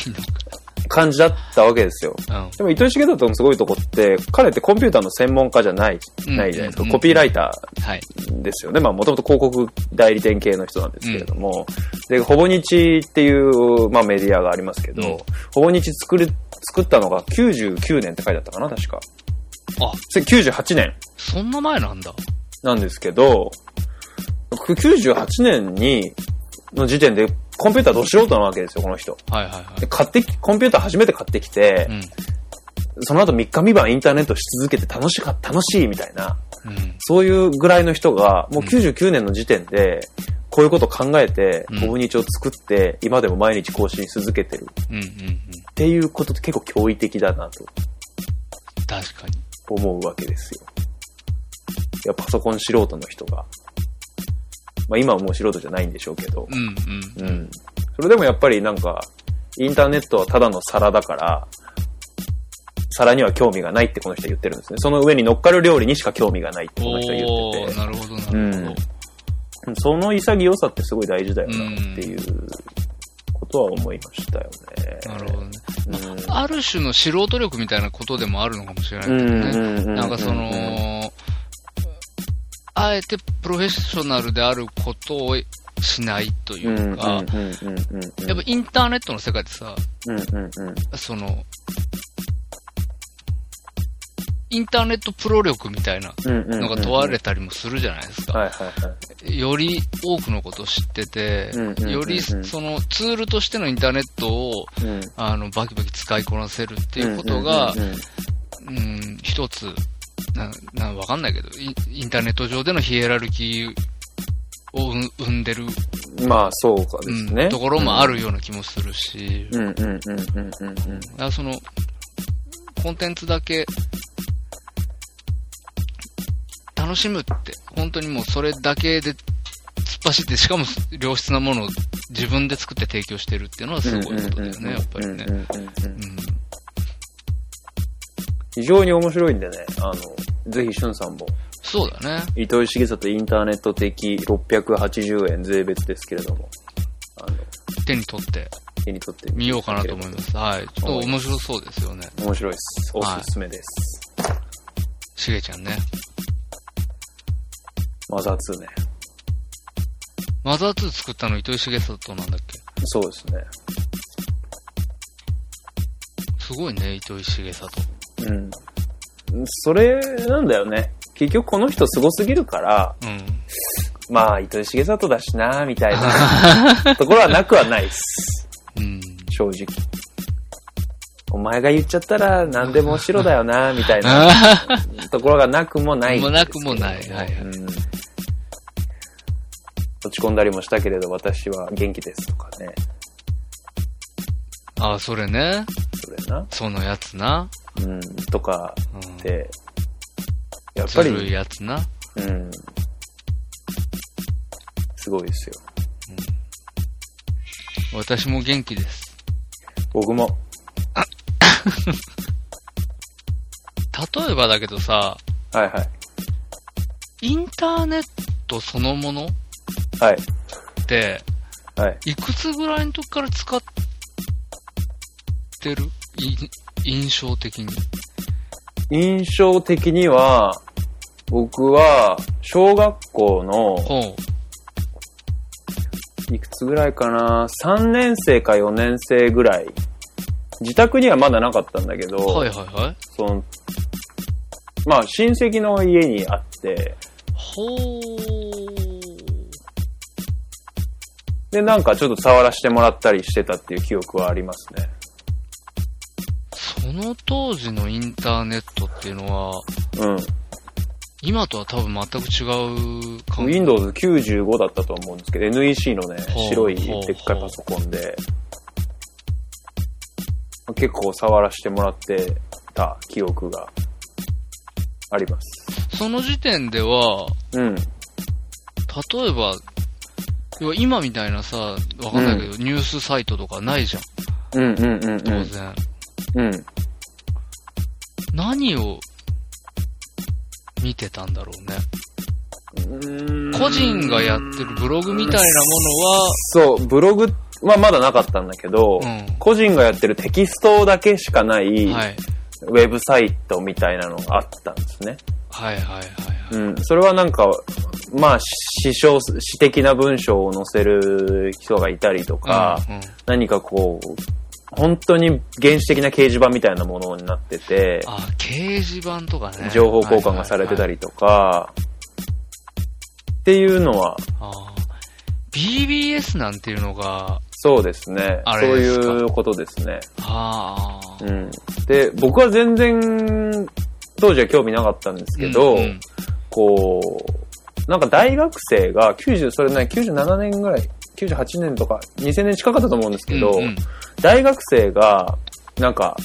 Speaker 2: 感じだったわけですよ。
Speaker 3: のか。
Speaker 2: でも、糸井重里のすごいとこって、彼ってコンピューターの専門家じゃない、
Speaker 3: うん
Speaker 2: ないじゃないですか。
Speaker 3: うん
Speaker 2: コピーライタ
Speaker 3: うん。はい。
Speaker 2: ーですよね。まあ、もともと広告代理店系の人なんですけれども。で、ほぼ日っていう、まあ、メディアがありますけど、
Speaker 3: うん
Speaker 2: ほぼ日作る、作ったのが99年って書いてあったかな、確か。
Speaker 3: あ、
Speaker 2: それ98年。
Speaker 3: そんな前なんだ。
Speaker 2: なんですけど、98年に、の時点でコンピューターど素人なわけですよ、この人。
Speaker 3: はいはいは
Speaker 2: で買ってき、コンピューター初めて買ってきて
Speaker 3: い。、
Speaker 2: その後3日3晩インターネットし続けて楽しか、楽しいみたいな、
Speaker 3: うん。うん。
Speaker 2: そういうぐらいの人が、もううん99年の時点で、こういうことを考えて
Speaker 3: うん、
Speaker 2: コブニチを作って、今でも毎日更新し続けてるっ
Speaker 3: うんうんうん。
Speaker 2: ていうことって結構驚異的だなと
Speaker 3: 確かに。
Speaker 2: 思うわけですよ。いや、パソコン素人の人が。まあ今はもう素人じゃないんでしょうけど
Speaker 3: う。んうん。
Speaker 2: うん。それでもやっぱりなんか、インターネットはただの皿だから、皿には興味がないってこの人は言ってるんですね。その上に乗っかる料理にしか興味がないってこの人は言
Speaker 3: お
Speaker 2: って
Speaker 3: ー、
Speaker 2: て
Speaker 3: なるほどなるほど。
Speaker 2: うん、その潔さってすごい大事だよなっていうことは思いましたよね。
Speaker 3: なるほどね。
Speaker 2: うん
Speaker 3: ある種の素人力みたいなことでもあるのかもしれないうけど
Speaker 2: ん
Speaker 3: ね。
Speaker 2: ううう
Speaker 3: なんかその、あえてプロフェッショナルであることをしないと
Speaker 2: うん、うん、う
Speaker 3: い
Speaker 2: ん、うん
Speaker 3: うか、、
Speaker 2: うん
Speaker 3: やっぱインターネットの世界ってさ、
Speaker 2: うん、うん、うん。
Speaker 3: その、インターネットプロ力みたいなの
Speaker 2: の
Speaker 3: が問われたりもするじゃないですか。
Speaker 2: はいはいはい。
Speaker 3: より多くのことを知ってて
Speaker 2: うんうんうんう、ん
Speaker 3: よりそのツールとしてのインターネットを
Speaker 2: うん、っ
Speaker 3: あのバキバキ使いこなせるっていうことが
Speaker 2: う、ん
Speaker 3: うん、一つ、な、な、わかんないけど、インインターネット上でのヒエラルキーを生ん生んでる、
Speaker 2: まあ、そうかで
Speaker 3: う
Speaker 2: す
Speaker 3: ん
Speaker 2: ね。
Speaker 3: ところもあるような気もするし、
Speaker 2: うん。うんうんうんうんうんうん。
Speaker 3: だからその、コンテンツだけ、楽しむって、本当にもうそれだけで突っ走って、しかも良質なものを自分で作って提供してるっていうのはすごいことだよね、やっぱりね
Speaker 2: う。んうんうんうん
Speaker 3: うん
Speaker 2: 非常に面白いんでね、あの、ぜひ、しゅんさんも、
Speaker 3: そうだね。
Speaker 2: 糸井重里インターネット的680円税別ですけれども、あの、
Speaker 3: 手に取って
Speaker 2: 手に取って。
Speaker 3: みようかなと思いますす。はい。ちょっと面白そうですよね。
Speaker 2: 面白いです。おすすめです。
Speaker 3: しげちゃんね。
Speaker 2: マザー2ね。
Speaker 3: マザー2作ったの糸井重里なんだっけ
Speaker 2: そうですね。
Speaker 3: すごいね、糸井重里。
Speaker 2: うん。それなんだよね。結局この人すごすぎるから、
Speaker 3: うん。
Speaker 2: まあ、糸井重里だしな、みたいなところはなくはないです。
Speaker 3: うん。
Speaker 2: 正直。お前が言っちゃったら何でも白だよ な、みたいな
Speaker 3: ああ、
Speaker 2: ところがなくもないんですけど。
Speaker 3: なく もない。はいはい。
Speaker 2: うん落ち込んだりもしたけれど、私は元気ですとかね。
Speaker 3: ああ、それね。
Speaker 2: それな。
Speaker 3: そのやつな。
Speaker 2: うん。とか
Speaker 3: うん。
Speaker 2: って、やっ
Speaker 3: ず
Speaker 2: ぱり、
Speaker 3: るいやつな。
Speaker 2: うん。すごいですよ。
Speaker 3: 私も元気です。
Speaker 2: 僕も。
Speaker 3: 例えばだけどさ、
Speaker 2: はいはい。
Speaker 3: インターネットそのものっ
Speaker 2: はい。
Speaker 3: て、
Speaker 2: はい。
Speaker 3: いくつぐらいの時から使ってるい印象的に。
Speaker 2: 印象的には、僕は、小学校の、
Speaker 3: ほ
Speaker 2: いくつぐらいかな、3年生か4年生ぐらい。自宅にはまだなかったんだけど、
Speaker 3: う。はいはいはい。
Speaker 2: その、まあ、親戚の家にあって、
Speaker 3: ほー。
Speaker 2: で、なんかちょっと触らせてもらったりしてたっていう記憶はありますね。
Speaker 3: その当時のインターネットっていうのは、
Speaker 2: うん。
Speaker 3: 今とは多分全く違う感
Speaker 2: Windows 95だったと思うんですけど、NEC のね
Speaker 3: ほう、
Speaker 2: 白いでっかいパソコンで、結構触らせてもらってた記憶があります。
Speaker 3: その時点では、
Speaker 2: うん。
Speaker 3: 例えば、要は今みたいなさ、わかんないけど、ニュースサイトとかないじゃん、
Speaker 2: うんうんうん
Speaker 3: 当然。
Speaker 2: うん。うん。
Speaker 3: 何を見てたんだろうね。
Speaker 2: うーん
Speaker 3: 個人がやってるブログみたいな
Speaker 2: そう、ブログはまだなかったんだけど、
Speaker 3: ものは、
Speaker 2: 個人がやってるテキストだけしかな
Speaker 3: う
Speaker 2: い、
Speaker 3: ん。はい。
Speaker 2: ウェブサイトみたいなのがあったんですね。
Speaker 3: はいはいはい、はい
Speaker 2: うん。それはなんか、まあ、詩小、詩的な文章を載せる人がいたりとか、
Speaker 3: うんうん
Speaker 2: 何かこう、本当に原始的な掲示板みたいなものになってて、
Speaker 3: あ、掲示板とかね。
Speaker 2: 情報交換がされてたりとか、っていうのは、
Speaker 3: はいはいはい。あー BBS なんていうのが、
Speaker 2: そうですね。
Speaker 3: あ
Speaker 2: そう
Speaker 3: れですか
Speaker 2: いうことですね。
Speaker 3: ああ。
Speaker 2: うん。で、僕は全然、当時は興味なかったんですけど、
Speaker 3: うんうん
Speaker 2: こう、なんか大学生が90、それね、97年ぐらい、98年とか、2000年近かったと思うんですけど、
Speaker 3: うんうん
Speaker 2: 大学生が、なんか、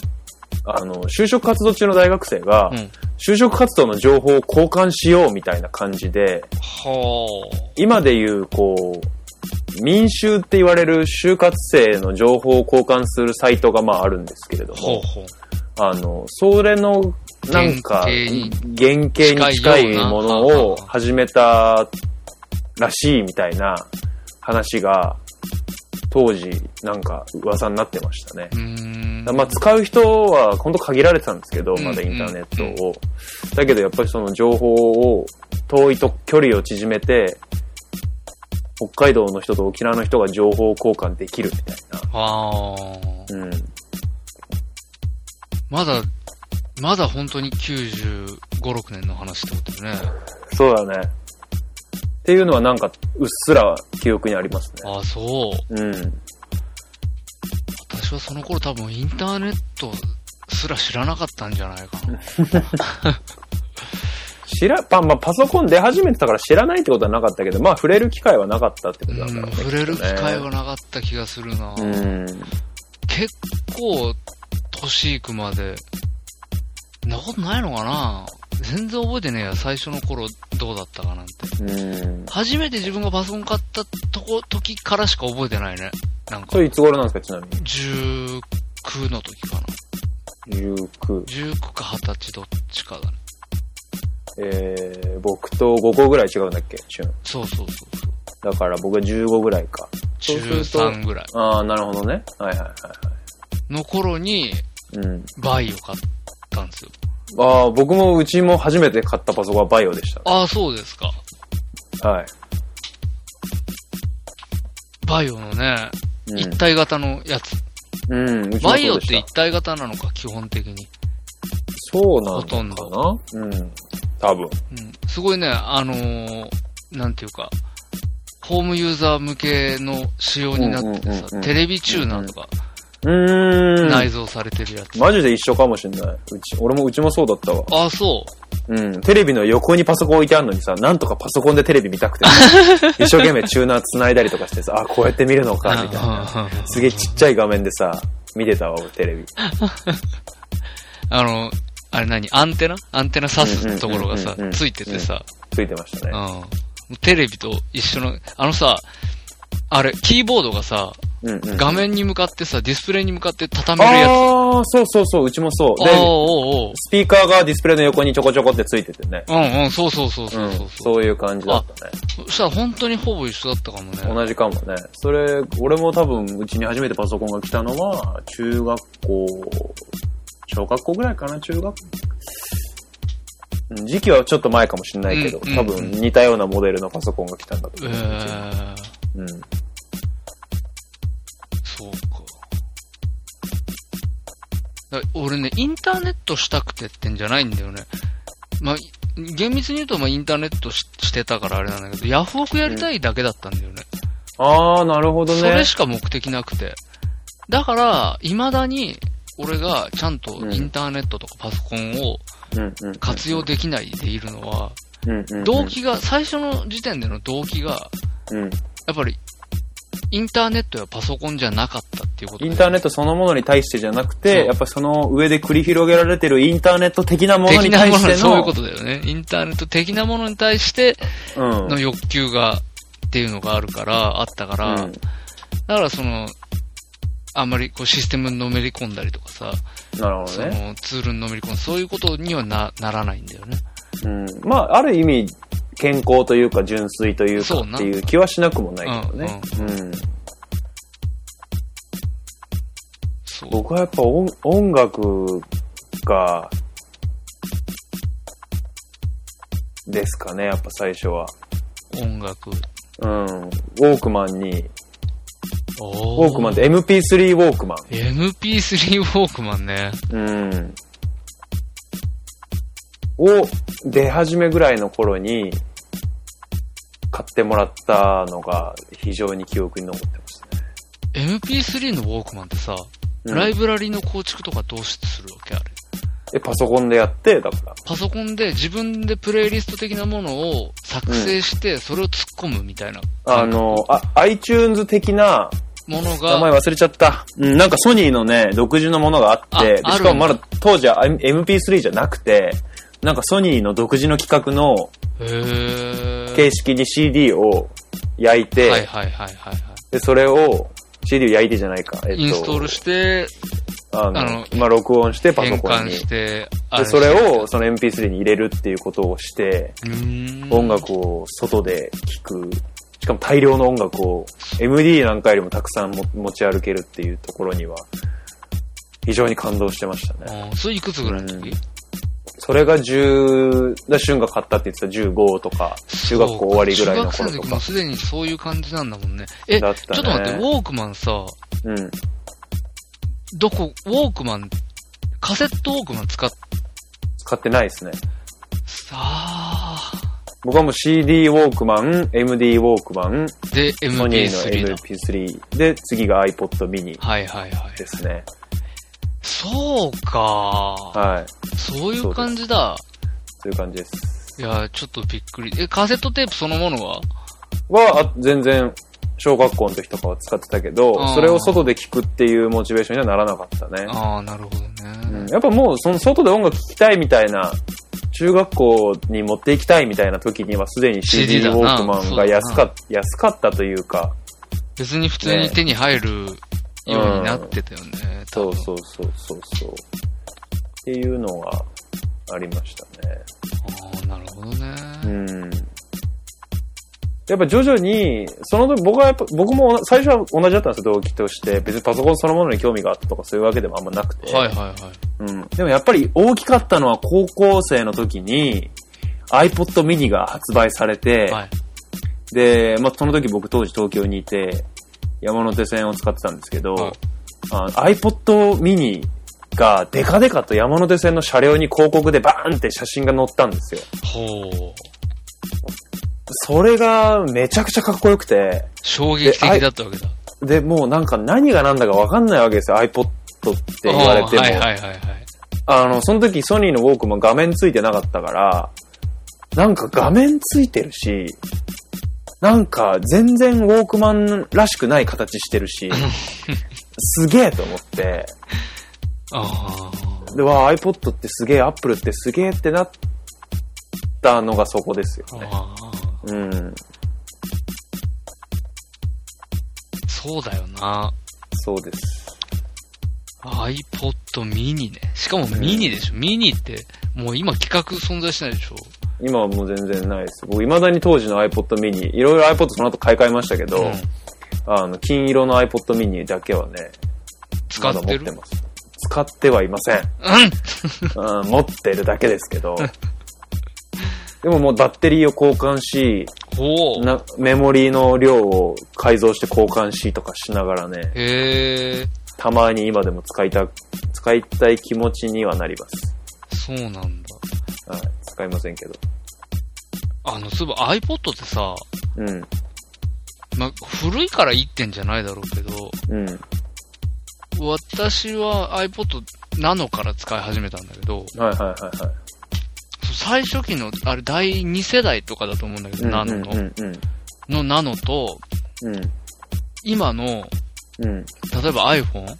Speaker 2: あの、就職活動中の大学生が、
Speaker 3: うん
Speaker 2: 就職活動の情報を交換しようみたいな感じで、
Speaker 3: は
Speaker 2: 今でいう、こう、民衆って言われる就活生の情報を交換するサイトがまああるんですけれど
Speaker 3: あ。ほう
Speaker 2: も、
Speaker 3: ほう。
Speaker 2: あの、それの、なんか、
Speaker 3: 原型に
Speaker 2: 原型に近い
Speaker 3: 近いような
Speaker 2: ものを始めたらしいみたいな話が、当時、なんか噂になってましたね
Speaker 3: う。ーん。
Speaker 2: まあ、使う人は本当限られてたんですけど、
Speaker 3: ん
Speaker 2: まだインターネットを。だけどやっぱりその情報を遠いと距離を縮めて、北海道の人と沖縄の人が情報交換できるみたい
Speaker 3: ああ。
Speaker 2: な。うん。
Speaker 3: まだ、まだ本当に95、6年の話ってことね。
Speaker 2: そうだね。っていうのはなんかうっすら記憶にありますね。
Speaker 3: ああ、そう。
Speaker 2: うん。
Speaker 3: 私はその頃多分インターネットすら知らなかったんじゃないかな。
Speaker 2: 知ら、パまあ、パソコン出始めてたから知らないってことはなかったけど、まあ、触れる機会はなかったってこと
Speaker 3: う、
Speaker 2: なんだろうんね。
Speaker 3: 触れる機会はなかった気がするな、
Speaker 2: うん。
Speaker 3: 結構、年いくまで、そんなことないのかな全然覚えてねえや、最初の頃どうだったかなんて。
Speaker 2: うん。
Speaker 3: 初めて自分がパソコン買ったとこ、時からしか覚えてないね。なんか
Speaker 2: そ、れいつ頃なんですか、ちなみに。
Speaker 3: 19の時かな。
Speaker 2: ゆうく。
Speaker 3: 19か20歳どっちかだね。
Speaker 2: えー、僕と5個ぐらい違うんだっけ、旬。
Speaker 3: そうそうそう。
Speaker 2: だから僕は15ぐらいか。そうすると
Speaker 3: 13ぐらい
Speaker 2: ああ、なるほどね。はいはいは
Speaker 3: の頃に、
Speaker 2: いはい。うん。
Speaker 3: バイを買ったんですよ。
Speaker 2: ああ、僕もうちも初めて買ったパソコンはバイオでし
Speaker 3: ああ、そうですか。
Speaker 2: た。はい。
Speaker 3: バイオのね、
Speaker 2: うん
Speaker 3: 一体型のやつ。
Speaker 2: うん、うちも
Speaker 3: バイ
Speaker 2: そ
Speaker 3: オ
Speaker 2: う
Speaker 3: っ
Speaker 2: でし
Speaker 3: て
Speaker 2: た
Speaker 3: 一。体型なのか、基本的に。
Speaker 2: そうな
Speaker 3: ほとん
Speaker 2: の
Speaker 3: ど
Speaker 2: かなうん。多分。
Speaker 3: うん。すごいね、あのーなんていうか、ホームユーザー向けの仕様になってて
Speaker 2: うんうんうんう
Speaker 3: さ、
Speaker 2: ん
Speaker 3: テレビチューナーとか
Speaker 2: うーん。
Speaker 3: 内蔵されてるやつ。
Speaker 2: マジで一緒かもしんない。うち、俺もうちもそうだったわ。
Speaker 3: ああ、そう。
Speaker 2: うん。テレビの横にパソコン置いてあるのにさ、なんとかパソコンでテレビ見たくて、 一生懸命チューナー繋いだりとかしてさ、あ、こうやって見るのか、みたいな。
Speaker 3: あうんうん
Speaker 2: すげえちっちゃい画面でさ、見てたわ、俺テレビ。
Speaker 3: あの、あれ何アンテナアンテナ刺すところがさ
Speaker 2: うんうんうんう、ん
Speaker 3: ついててさ、
Speaker 2: ついてました
Speaker 3: うん。
Speaker 2: ね。
Speaker 3: もうテレビと一緒の、あのさ、あれ、キーボードがさ、
Speaker 2: うん、うん。
Speaker 3: 画面に向かってさ、ディスプレイに向かって畳めるやつ。あ
Speaker 2: ああ、そうそうそう、うちもそう。
Speaker 3: あ
Speaker 2: で
Speaker 3: ー、、おうおう
Speaker 2: スピーカーがディスプレイの横にちょこちょこってついててね。
Speaker 3: うんうん、そうそうそう
Speaker 2: う
Speaker 3: そ
Speaker 2: ん
Speaker 3: うそう。、
Speaker 2: そういう感じだったね。
Speaker 3: そしたら本当にほぼ一緒だったかもね。
Speaker 2: 同じかもね。それ、俺も多分、うちに初めてパソコンが来たのは、中学校、小学校ぐらいかな、中学うん時期はちょっと前かもしれないけど、
Speaker 3: うんうん
Speaker 2: 多分似たようなモデルのパソコンが来たんだと
Speaker 3: え
Speaker 2: 思う。
Speaker 3: ー、
Speaker 2: うん。
Speaker 3: そうか。だ俺ね、インターネットしたくてってんじゃないんだよね。まあ、厳密に言うと、まあ、インターネットししてたからあれなんだけど、ヤフオクやりたいだけだったんだよね。
Speaker 2: あー、なるほど
Speaker 3: それ
Speaker 2: ね。
Speaker 3: しか目的なくて。だから、未だに、俺がちゃんとインターネットとかパソコンを
Speaker 2: うんうん
Speaker 3: 活用できないでいるのは、
Speaker 2: うんうんうん
Speaker 3: 動機が、最初の時点での動機が、
Speaker 2: うん
Speaker 3: やっぱり、インターネットやパソコンじゃなかったっていうこと
Speaker 2: イ
Speaker 3: で
Speaker 2: ンターネットそのものに対してじゃなく
Speaker 3: そう
Speaker 2: て、やっぱその上で繰り広げられてるインターネット的なものに対しての、
Speaker 3: そういうことだよね。インターネット的なものに対して
Speaker 2: うん。
Speaker 3: の欲求が、っていうのがあるから、あったから、
Speaker 2: うん
Speaker 3: だからその、あんまりこうシステムにのめり込んだりとかさ、
Speaker 2: なるほ
Speaker 3: そ
Speaker 2: どね。
Speaker 3: のツールにのめり込む、そういうことにはなならないんだよね。
Speaker 2: うん。まあ、ある意味、健康というか、純粋という
Speaker 3: そ
Speaker 2: か
Speaker 3: うな
Speaker 2: っていう気はしなくもないけどね。うん。
Speaker 3: そう。
Speaker 2: 僕はやっぱ音音楽が、ですかね、やっぱ最初は。
Speaker 3: 音楽。
Speaker 2: うん。ウォークマンに、ウ
Speaker 3: お
Speaker 2: ォークマンって MP3 ウォークマン。
Speaker 3: MP3 ウォークマンね。
Speaker 2: うん。を出始めぐらいの頃に買ってもらったのが非常に記憶に残ってますね。
Speaker 3: MP3 のウォークマンってさ、
Speaker 2: うん
Speaker 3: ライブラリの構築とかどうしてするわけあれ。
Speaker 2: え、パソコンでやって、だから。
Speaker 3: パソコンで自分でプレイリスト的なものを作成して、それを突っ込むみたいな
Speaker 2: あの、あ、iTunes 的な、
Speaker 3: もの
Speaker 2: 名前
Speaker 3: が、
Speaker 2: 忘れちゃった。うん、なんかソニーのね、独自のものがあって、
Speaker 3: あ
Speaker 2: で
Speaker 3: あるんだ
Speaker 2: しかもまだ当時は MP3 じゃなくて、なんかソニーの独自の企画の
Speaker 3: へー
Speaker 2: 形式に CD を焼いて、
Speaker 3: はいはいはいはいは
Speaker 2: で、それを、CD を焼いてじゃないか。えっ
Speaker 3: い。インストールして、
Speaker 2: あの、
Speaker 3: あの
Speaker 2: まあ、録音してパソ
Speaker 3: 変
Speaker 2: コン
Speaker 3: 換
Speaker 2: に。
Speaker 3: し
Speaker 2: で、
Speaker 3: て、
Speaker 2: それをその MP3 に入れるっていうことをして、音
Speaker 3: 音
Speaker 2: 楽を外で聴く。しかも大量の音楽を MD なんかよりもたくさんも持ち歩けるっていうところには、非常に感動してましたね。
Speaker 3: それいくつぐらいの時、
Speaker 2: うんそれが10、だ俊が買ったって言ってた15とか、中学校終わりぐらいの
Speaker 3: そ
Speaker 2: 頃
Speaker 3: うか中学
Speaker 2: と
Speaker 3: 生の時
Speaker 2: か
Speaker 3: も。すでにそういう感じなんだもんね。え、
Speaker 2: だったね
Speaker 3: ちょっと待って、ウォークマンさ、
Speaker 2: うん。
Speaker 3: どこ、ウォークマン、カセットウォークマン使っ、
Speaker 2: 使ってないですね。
Speaker 3: さあ
Speaker 2: 僕はもう CD ウォークマン、MD ウォークマン、
Speaker 3: ー、で、
Speaker 2: ソニー
Speaker 3: MP3
Speaker 2: の
Speaker 3: だ。
Speaker 2: MP3 で、次が iPod mini
Speaker 3: はいはいはい。
Speaker 2: ですね。
Speaker 3: そうか、
Speaker 2: はい。
Speaker 3: そういう感じだ。
Speaker 2: という感じです。
Speaker 3: いやー、ちょっとびっくり。え、カセットテープそのものは
Speaker 2: は、あ全然、小学校の時とかは使ってたけど
Speaker 3: あ、ー
Speaker 2: それを外で聞くっていうモチベーションにはならなかったね。
Speaker 3: ああ、なるほどね。
Speaker 2: うんやっぱもう、その外で音楽聴きたいみたいな、中学校に持っていきたいみたいな時にはすでに CD ウ
Speaker 3: CD だ
Speaker 2: ォー
Speaker 3: な
Speaker 2: クマンが安か安かったというか、
Speaker 3: 別に普通に手に入るようになってたよね。
Speaker 2: そ
Speaker 3: 多分
Speaker 2: うそうそうそうそう。っていうのがありましたね。
Speaker 3: ああ、なるほどね。
Speaker 2: うん。やっぱ徐々に、その時僕はやっぱ、僕も最初は同じだったんですよ、動機として。別にパソコンそのものに興味があったとかそういうわけでもあんまなくて。
Speaker 3: はいはいはい。
Speaker 2: うん。でもやっぱり大きかったのは高校生の時に iPod mini が発売されて、
Speaker 3: はい。
Speaker 2: で、まあ、その時僕当時東京にいて、山手線を使ってたんですけど、
Speaker 3: はい
Speaker 2: あ iPod mini がデカデカと山手線の車両に広告でバーンって写真が載ったんですよ。
Speaker 3: ほう。
Speaker 2: それがめちゃくちゃかっこよくて、
Speaker 3: 衝撃的だったわけだ。
Speaker 2: で、もうなんか何が何だかわかんないわけですよ、iPod って言われても。
Speaker 3: はいはいはいはい。
Speaker 2: あの、その時ソニーのウォークマン画面ついてなかったから、なんか画面ついてるし、なんか全然ウォークマンらしくない形してる し、すげえと思って、
Speaker 3: あ
Speaker 2: で、わあ iPod ってすげえ、Apple ってすげえってなったのがそこですよ
Speaker 3: あ、
Speaker 2: ね。
Speaker 3: ああ、
Speaker 2: うん。
Speaker 3: そうだよな。
Speaker 2: そうです。
Speaker 3: iPod mini ね。しかもミニでしょ。ミニって、もう今企画存在しないでしょ。
Speaker 2: 今はもう全然ないです。僕、未だに当時の iPod mini、いろいろ iPod その後買い替えましたけど、
Speaker 3: ん
Speaker 2: あの、金色の iPod mini だけはね、
Speaker 3: 使っ
Speaker 2: まだ
Speaker 3: て
Speaker 2: 持
Speaker 3: る
Speaker 2: ってます。使ってはいま せん。
Speaker 3: うん
Speaker 2: うん、持ってるだけですけど。でももうバッテリーを交換し、
Speaker 3: ほう。
Speaker 2: なメモリーの量を改造して交換しとかしながらね、
Speaker 3: へえ、
Speaker 2: たまに今でも使いた、使いたい気持ちにはなります。
Speaker 3: そうなんだ。
Speaker 2: はい、使いませんけど。
Speaker 3: あの、そういえば iPod ってさ、
Speaker 2: うん、
Speaker 3: ま、古いから1点じゃないだろうけど、
Speaker 2: うん、
Speaker 3: 私は iPod ナノから使い始めたんだけど、
Speaker 2: はいはいはいはい。
Speaker 3: 最初期の、あれ、第2世代とかだと思うんだけど、ナノ
Speaker 2: うん、う
Speaker 3: の。
Speaker 2: ん、うん
Speaker 3: のナノと、
Speaker 2: うん、
Speaker 3: 今の、
Speaker 2: うん、うん、
Speaker 3: 例えば iPhone っ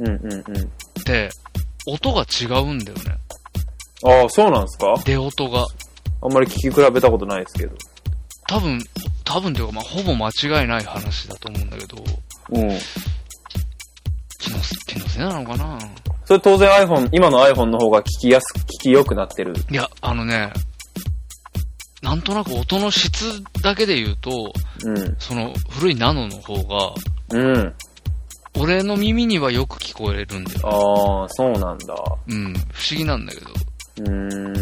Speaker 2: うん、うん、うん。
Speaker 3: て、音が違うんだよね。
Speaker 2: ああ、そうなんですか
Speaker 3: 出音が。
Speaker 2: あんまり聞き比べたことないですけど。
Speaker 3: 多分、多分というか、まあ、ほぼ間違いない話だと思うんだけど、
Speaker 2: うん。
Speaker 3: 気のせ気のせいなのかな
Speaker 2: それ当然 iPhone、今の iPhone の方が聞きやすく、聞き良くなってる。
Speaker 3: いや、あのね、なんとなく音の質だけで言うと、
Speaker 2: うん、
Speaker 3: その古いナノの方が、
Speaker 2: うん。
Speaker 3: 俺の耳にはよく聞こえるんだよ。
Speaker 2: ああ、そうなんだ。
Speaker 3: うん、不思議なんだけど。
Speaker 2: うー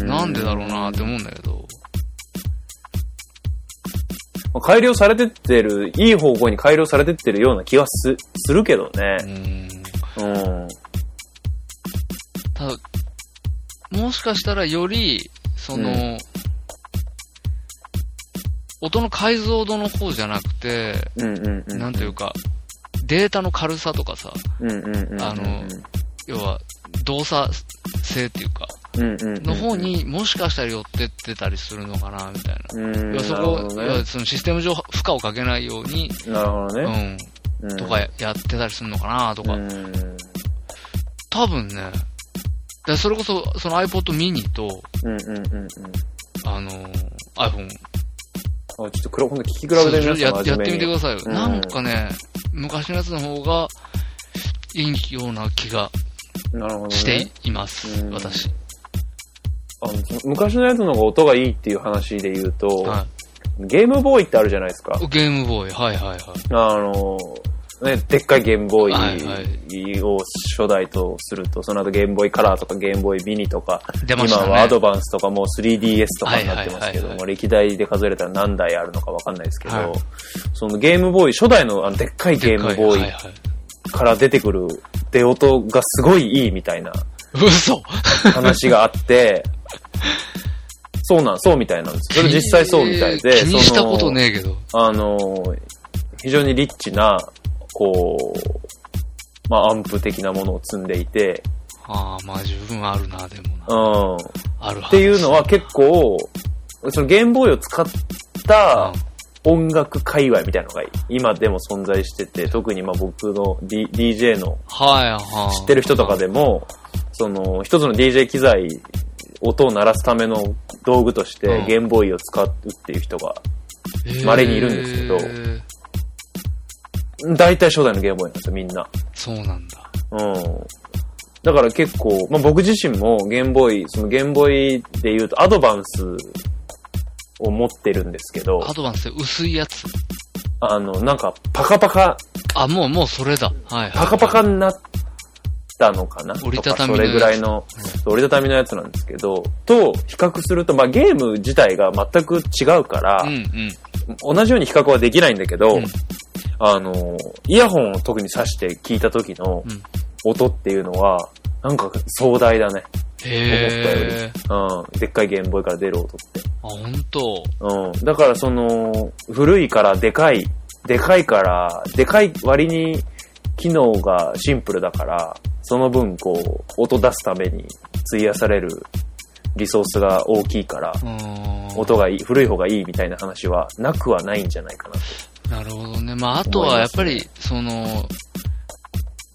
Speaker 2: ん。
Speaker 3: なんでだろうなって思うんだけど。
Speaker 2: まあ改良されてってる、いい方向に改良されてってるような気はす、するけどね
Speaker 3: う。ん。
Speaker 2: うん。
Speaker 3: ただ、もしかしたらより、その、
Speaker 2: う
Speaker 3: 音の解像度の方じゃなくて、
Speaker 2: うんうんうん。
Speaker 3: なんていうか、データの軽さとかさ、
Speaker 2: うんうんうんうん。
Speaker 3: あの要は動作性っていうか、
Speaker 2: うんうんうんうん。
Speaker 3: の方にもしかしたら寄ってってたりするのかな、みたいな。
Speaker 2: うん、な
Speaker 3: 要
Speaker 2: る
Speaker 3: はそこ
Speaker 2: ほ
Speaker 3: を、
Speaker 2: ど
Speaker 3: 要
Speaker 2: ね
Speaker 3: は。そのシステム上負荷をかけないように、
Speaker 2: なるほど
Speaker 3: う
Speaker 2: ね。う
Speaker 3: ん、
Speaker 2: ん
Speaker 3: とかややってたりするのかな、と
Speaker 2: う
Speaker 3: か。
Speaker 2: ん。
Speaker 3: 多分ね、だからそれこそ、その iPod mini と、
Speaker 2: うんうんうんうん。
Speaker 3: あのー、iPhone、
Speaker 2: あ、ちょっと黒、ほんと聞き比べてみます
Speaker 3: や
Speaker 2: か
Speaker 3: やってみてくださいよ。
Speaker 2: うん
Speaker 3: なんかね、昔のやつの方が、いいような気が
Speaker 2: なるほどね。
Speaker 3: しています、
Speaker 2: うん
Speaker 3: 私。
Speaker 2: あのそ昔のやつの方が音がいいっていう話で言うと、
Speaker 3: は
Speaker 2: ゲームボーイってあるじゃないですか。
Speaker 3: い。ゲームボーイ、はいはいはい。
Speaker 2: あの、ね、でっかいゲームボ
Speaker 3: は
Speaker 2: ー
Speaker 3: いは
Speaker 2: イを初代とすると、その後ゲームボーイカラーとかゲームボーイミニとか、
Speaker 3: 出まし
Speaker 2: 今
Speaker 3: たね。
Speaker 2: はアドバンスとかもう 3DS とかになってますけど
Speaker 3: はいはいはいはい
Speaker 2: も、歴代で数えれたら何台あるのかわかんないですけど、
Speaker 3: はい
Speaker 2: そのゲームボーイ、初代のあのでっかいゲームボ
Speaker 3: で
Speaker 2: ー
Speaker 3: っかいはいはい
Speaker 2: イから出てくる出音がすごいいいみたいな
Speaker 3: 嘘
Speaker 2: 話があって、そうなん、そうみたいなんです。それ実際そうみたいで、
Speaker 3: 気にした
Speaker 2: その
Speaker 3: ことねえけど。
Speaker 2: あの、非常にリッチな、こう、まあ、アンプ的なものを積んでいて、
Speaker 3: ああ、まあ十分あるな、でも
Speaker 2: うん。
Speaker 3: な。
Speaker 2: っ
Speaker 3: あるは
Speaker 2: て
Speaker 3: ず
Speaker 2: いうのは結構、そのゲームボーイを使った音楽界隈みたいなのが今でも存在してて、特にまあ僕の、D、DJ の
Speaker 3: はいはい。
Speaker 2: 知ってる人とかでも、その、一つの DJ 機材、音を鳴らすための道具として
Speaker 3: うん、
Speaker 2: ゲームボーイを使うっていう人が、稀にいるんですけど
Speaker 3: へー
Speaker 2: 大体初代のゲームボーイなんですよ、みんな。
Speaker 3: そうなんだ。
Speaker 2: うん。だから結構、まあ、僕自身もゲームボーイ、そのゲームボーイで言うとアドバンスを持ってるんですけど
Speaker 3: ア、ドバンスって薄いやつ。
Speaker 2: あの、なんかパカパカ、
Speaker 3: あ、もうもうそれだ。はいはい。
Speaker 2: パカパカになったのかなとか
Speaker 3: 折りたたみの
Speaker 2: そ
Speaker 3: や
Speaker 2: れ
Speaker 3: つ
Speaker 2: ぐらいの、折りたたみのやつなんですけど、と比較すると、まあ、ゲーム自体が全く違うから、
Speaker 3: うんうん。
Speaker 2: 同じように比較はできないんだけど、
Speaker 3: うん
Speaker 2: あの、イヤホンを特に挿して聞いた時の
Speaker 3: うん
Speaker 2: 音っていうのは、なんか壮大だね。
Speaker 3: へえ。
Speaker 2: うん。でっかいゲームボーイから出る音って。
Speaker 3: あ、ほんと。
Speaker 2: うん。だからその、古いからでかい、でかいから、でかい割に機能がシンプルだから、その分こう、音出すために費やされるリソースが大きいから、
Speaker 3: うーん。
Speaker 2: 音がいい、古い方がいいみたいな話はなくはないんじゃないかなと。
Speaker 3: なるほどね。まあ、あとはやっぱり、その、